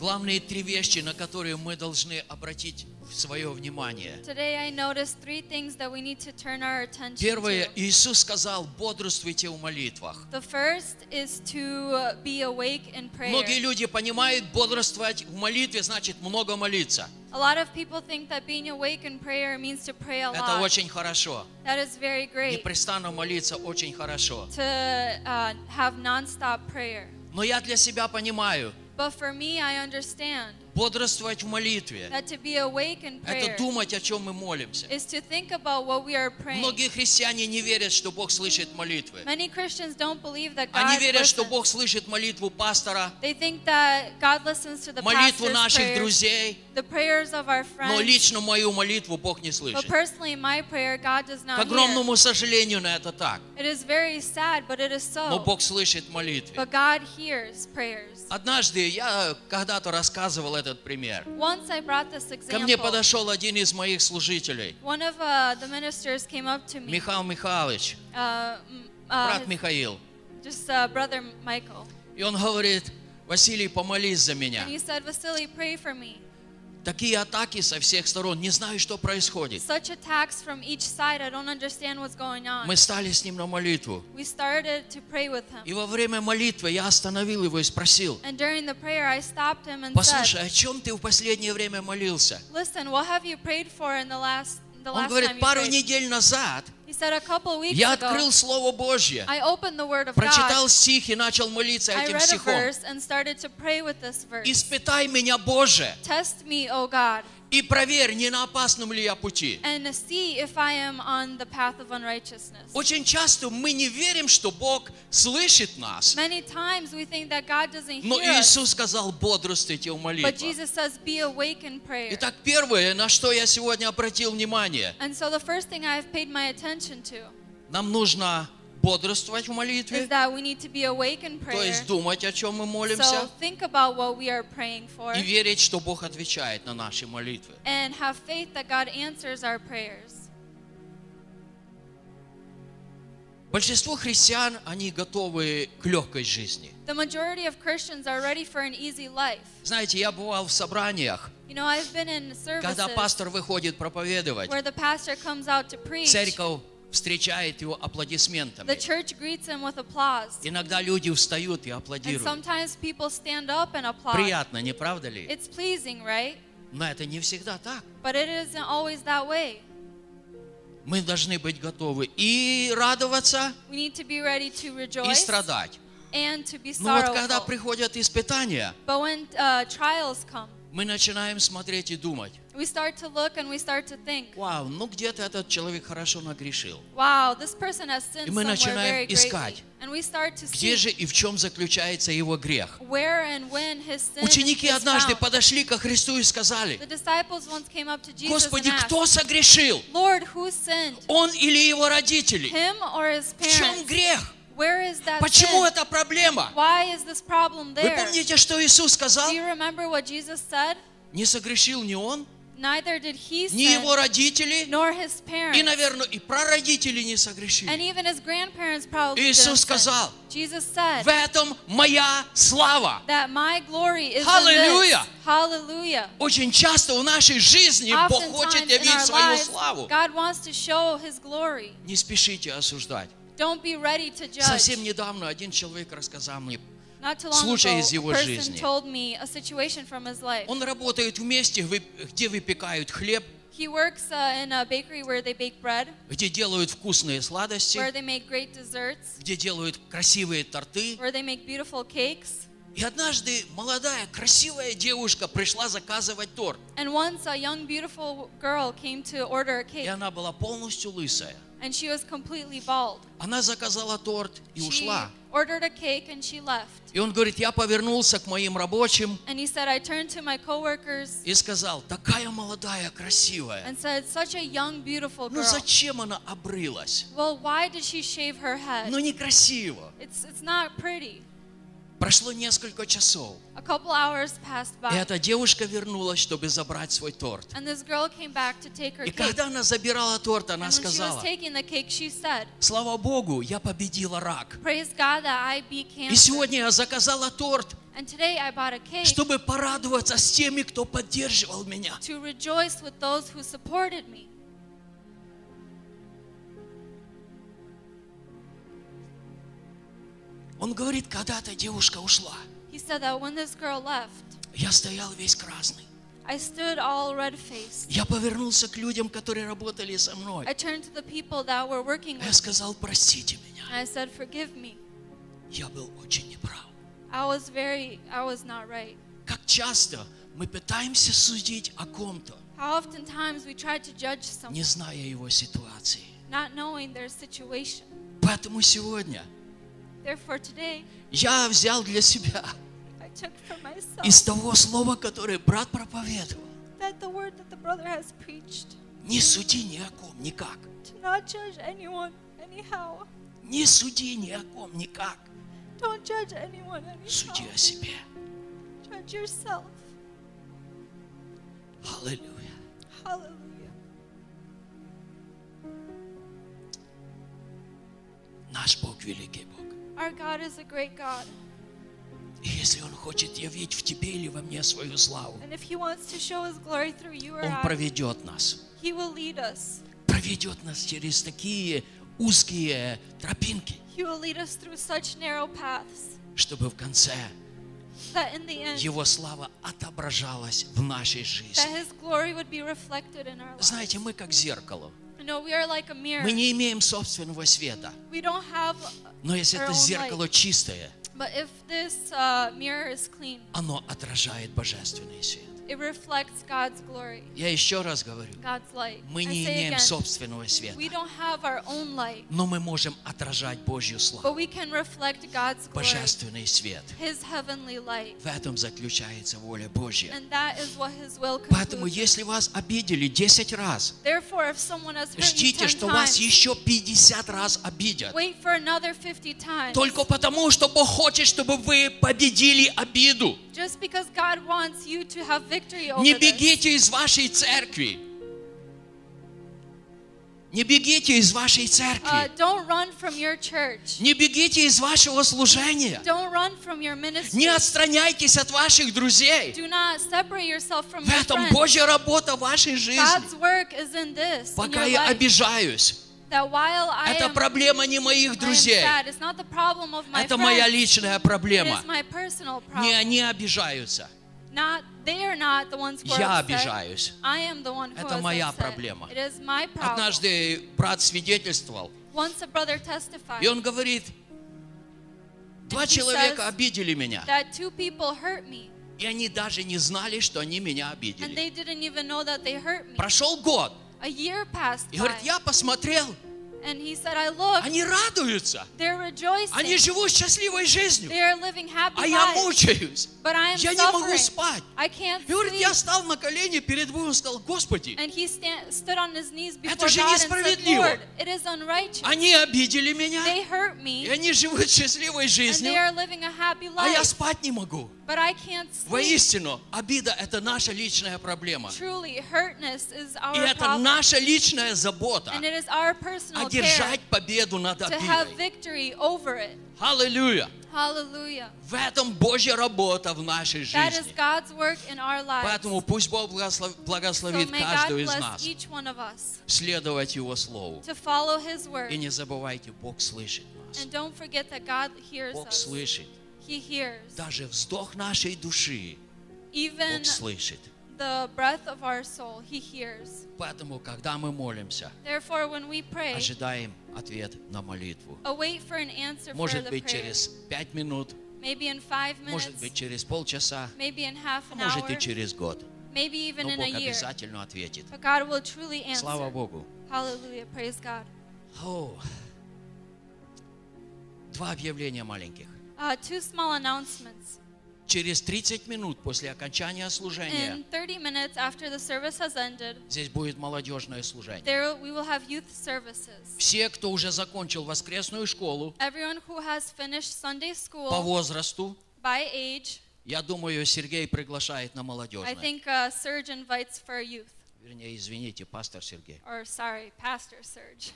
Главные три вещи, на которые мы должны обратить свое внимание.
Today I noticed three things that we need to turn our attention
Первое,
to.
Иисус сказал, бодрствуйте в молитвах.
The first is to uh, be awake in prayer.
Многие люди понимают, бодрствовать в молитве значит много молиться.
A lot of people think that being awake in prayer means to pray a
Это
lot.
очень хорошо.
That is very great.
Непрестанно молиться очень хорошо.
To uh, have nonstop prayer.
Но я для себя понимаю,
But for me, I understand
бодрствовать в молитве
that to be awake in
– это
prayer
думать, о чем мы молимся.
is to think about what we are praying.
Многие христиане не верят, что Бог слышит молитвы.
Many Christians don't believe that God
Они верят, что
listens.
Бог слышит молитву пастора,
They think that God listens to the
молитву
pastor's
наших
prayers,
друзей,
the prayers of our
но
friends.
лично мою молитву Бог не
But
слышит.
personally, my prayer, God does
К
not hear.
огромному сожалению на это так.
It is very sad, but it is
Но
so.
Бог слышит молитвы.
But God hears prayers.
Однажды я э, когда-то рассказывал этот пример.
Once I brought this
Ко мне
example.
подошел один из моих служителей,
One of uh, the ministers came up to me,
Михаил Михайлович,
uh, m- uh,
брат
his-
Михаил.
just uh, brother Michael,
И он говорит, Василий, помолись за меня.
and he said, "Vasily, pray for me.
Такие атаки со всех сторон, не знаю, что происходит.
Such attacks from each side. I don't understand what's going on."
Мы стали с ним на молитву.
We started to pray with
И
him,
во время молитвы я остановил его и спросил,
and during the prayer, I stopped him and
послушай,
said,
о чем ты в последнее время молился?
"Listen, what have you prayed for in the last the
Он
last
говорит,
time you
пару
prayed?"
недель назад
He said, "A couple weeks
я открыл
ago,
Слово Божье,
I opened the Word of
прочитал
God.
стих и начал молиться
I
этим
read a
стихом.
verse and started to pray with this verse.
Испытай меня, Боже,
Test me, O God,
и проверь, не на опасном ли я пути.
and see if I am on the path of unrighteousness."
Очень часто мы не верим, что Бог слышит нас.
Many times we think that God doesn't
Но
hear us,
Иисус сказал, бодрствуйте в
but
молитве.
Jesus says, "Be awake in prayer."
Итак, первое, на что я сегодня обратил внимание,
And so the first thing I've paid my attention to
нам нужно бодрствовать в молитве,
is that we need to be awake in
то
prayer.
есть думать, о чем мы
So
молимся,
think about what we are praying for
и верить, что Бог отвечает на наши молитвы.
and have faith that God answers our prayers.
Большинство христиан, они готовы к легкой жизни.
The majority of Christians are ready for an easy life.
Знаете, я бывал в собраниях,
You know, I've been in
когда
services
пастор выходит проповедовать,
where the pastor comes out to preach,
церковь встречает его
the
аплодисментами.
church greets him with applause.
Иногда люди встают и
And
аплодируют.
sometimes people stand up and applaud.
Приятно, не правда ли?
It's pleasing, right?
Но это не всегда так.
But it isn't always that way.
Мы должны быть готовы и радоваться,
We need to be ready to
и
rejoice
страдать.
and to be
Но вот когда
sorrowful.
приходят испытания,
But when uh, trials come,
мы начинаем смотреть и думать,
we start to look and we start to think,
вау, ну где-то этот человек хорошо нагрешил.
Wow, this person has sinned
И мы
somewhere
начинаем
very
искать.
greatly. And we start to
Где
see
же и в чем заключается его грех?
where and when his sin
Ученики
is
однажды
found.
подошли ко Христу и сказали,
The disciples once came up to Jesus
Господи,
and
кто
asked,
согрешил?
Lord, who sinned,
Он или его родители?
him or his
В чем
parents?
грех?
Where is that
Почему
sin?
это проблема?
Why is this problem
Вы
there?
помните, что Иисус сказал?
Do you remember what Jesus said?
Не согрешил ни он,
Neither did he
ни его
sin,
родители,
nor his
и,
parents.
наверное, и прародители не
And
согрешили.
even his grandparents probably
Иисус
didn't sin.
сказал,
Jesus said
В этом моя слава.
that my glory is
Hallelujah.
in this. Hallelujah.
Очень часто в нашей жизни Бог хочет
Oftentimes in
явить
our
свою
lives,
славу.
God wants to show His glory.
Не спешите осуждать.
Don't be ready to
Совсем
judge.
недавно один человек рассказал мне.
Not too long
случай
ago,
из его
a person
жизни.
told me a situation from his life.
Он работает в месте, вы- где выпекают хлеб,
He works uh, in a bakery where they bake bread,
где делают вкусные
where
сладости,
they make great desserts,
где делают красивые торты.
where they make beautiful cakes.
И однажды молодая, красивая девушка пришла заказывать торт.
And once a young, beautiful girl came to order a
И
cake,
она была полностью лысая.
and she was completely bald.
Ah,
Она заказала торт и
She
ушла.
ordered a cake and she left.
И он говорит, я повернулся к моим рабочим
And he said, I turned to my coworkers
и сказал, такая молодая, красивая.
and said, Such a young, beautiful
Ну
girl.
зачем она обрылась?
Well, why did she shave her head?
Ну некрасиво.
It's, it's not pretty.
Прошло несколько часов.
A couple hours passed
И
by,
эта девушка вернулась, чтобы забрать свой торт.
and this girl came back to take her
И
cake.
когда она забирала торт, она
And when she was
сказала,
taking the cake, she said,
слава Богу, я победила рак.
Praise God that I beat
И
cancer.
сегодня я заказала торт,
And today I bought a cake
чтобы порадоваться с теми, кто поддерживал меня.
to rejoice with those who supported me.
Он говорит, когда-то девушка ушла,
He said that when this girl left,
я стоял весь красный.
I stood all red faced.
Я повернулся к людям, которые работали со мной.
I turned to the people that were working
Я
with me
сказал, простите меня,
and I said, Forgive me.
я был очень неправ.
I was very, I was not right.
Как часто мы пытаемся судить о ком-то,
How oftentimes we try to judge someone
не зная его ситуации.
not knowing their situation.
Поэтому сегодня
Therefore, today
я взял для себя
I took for
из
myself
того слова, которое брат проповедовал.
that the word that the brother has preached
Не суди ни о ком, никак.
to not judge anyone anyhow.
Не суди ни о ком, никак.
Don't judge anyone anyhow.
Суди о себе.
Judge yourself.
Аллилуйя.
Hallelujah.
Наш Бог великий Бог.
Our God is a great God,
И если Он хочет явить в тебе или во мне свою славу,
and if He wants to show His glory through you or
Он
I,
проведет нас.
He will lead us.
Проведет нас через такие узкие тропинки,
He will lead us through such narrow paths
чтобы в конце
that in the end,
Его слава отображалась в нашей
that
жизни.
His glory would be reflected in our lives.
Знаете, мы как зеркало.
No, we are like a mirror.
Мы не имеем собственного света.
We don't have,
Но если
Our
это
own
зеркало чистое,
but if this uh, mirror is clean,
оно отражает божественный свет.
it reflects God's glory,
Я еще раз говорю,
God's light.
мы
I
не
say
имеем
again,
собственного света,
we don't have our own light,
но мы можем отражать Божью
but
славу,
we can reflect God's glory,
божественный свет.
His heavenly light,
В этом заключается воля Божья.
and that is what His will
Поэтому,
concludes.
если вас обидели 10 раз,
Therefore, if someone has hurt you
ждите,
ten
что вас
times,
еще 50 раз обидят.
wait for another fifty times.
Только потому, что Бог хочет, чтобы вы победили обиду.
Just because God wants you to have victory over
Не
this,
бегите из вашей церкви. Не бегите из вашей
uh,
церкви.
don't run from your church.
Не бегите из вашего служения.
Don't run from your ministry.
Не отстраняйтесь от ваших друзей.
Do not separate yourself from
В
your
этом
friends.
Божья работа в вашей жизни.
God's work is in this, in
Пока
your
я
life,
обижаюсь,
that while I
это
am,
проблема не моих
I am
друзей.
sad, it's not the problem of my
Это моя
friends,
личная
it
проблема.
is my personal problem.
Не они обижаются.
Not, they are not the ones who
Я
are upset.
обижаюсь.
I am the one who
Это
is
моя
upset.
проблема.
It is my problem.
Однажды брат свидетельствовал,
Once a brother testified
и он говорит, два
he says
человека обидели меня,
that two people hurt me,
и они даже не знали, что они меня
and
обидели.
they didn't even know that they hurt me.
Прошел год,
A year passed
и
by,
говорит, я посмотрел,
and he said, I look,
они радуются,
they're rejoicing.
они живут счастливой жизнью,
They are living happy
а я
lives.
мучаюсь,
But I am
я не могу
suffering.
спать.
I can't
И говорит,
sleep.
я стал на колени перед Богом и сказал, Господи,
And he sta- stood on his knees
Это
before
же
God and said,
несправедливо.
Lord, it is unrighteous.
они обидели меня,
They hurt
и
me,
они живут счастливой
and
жизнью,
they are living a happy
а я
life.
спать не могу.
But I can't sleep.
Воистину, обида – это наша личная проблема.
Truly, hurtness is
И
our
это
problem.
наша личная забота
And it is our personal care
одержать победу над
to have
обидой.
victory over it.
Аллилуйя!
Hallelujah.
В этом Божья работа в нашей
That is
жизни.
God's work in our lives.
Поэтому
So
пусть Бог благослов- благословит
may God
каждую из
bless
нас
each one of us
следовать Его Слову.
to follow his word.
И не забывайте, Бог слышит нас.
And don't forget that God hears
Бог
us.
слышит.
He hears.
Даже вздох нашей души
Even
Бог слышит.
the breath of our soul, He hears.
Поэтому, когда мы молимся,
Therefore, when we pray,
ожидаем ответ на молитву.
await for an answer for
Может
the
быть,
prayer.
через пять минут,
Maybe in five
может быть,
minutes,
через полчаса,
maybe in half
а
an
может и
hour,
через год.
maybe even
Но
in a
Бог
year.
обязательно ответит.
But God will truly
Слава
answer.
Богу.
Hallelujah. Praise God.
О. Два объявления маленьких.
Uh, two small announcements.
Через 30 минут после окончания служения
In 30 minutes after the service has ended,
здесь будет молодежное служение.
there we will have youth services.
Все, кто уже закончил воскресную школу
Everyone who has finished
по
Sunday school
возрасту,
by age,
я думаю, Сергей приглашает на
I
молодежное.
think uh, Surge invites for youth.
Вернее, извините, пастор Сергей.
or sorry, Pastor Serge.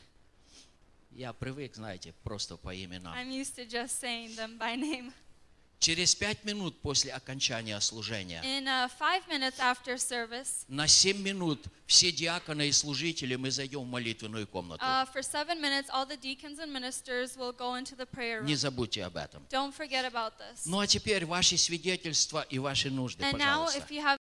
Я привык, знаете, просто по именам.
Ah.
I'm used to just saying them by name.
Через пять минут после окончания служения
In uh, five minutes after service,
на семь минут все диаконы и служители мы зайдем в молитвенную комнату.
uh, for seven minutes, all the deacons and ministers will go into the prayer
Не
room.
забудьте об этом.
Don't forget about this.
Ну а теперь ваши свидетельства и ваши нужды,
And now,
пожалуйста.
if you have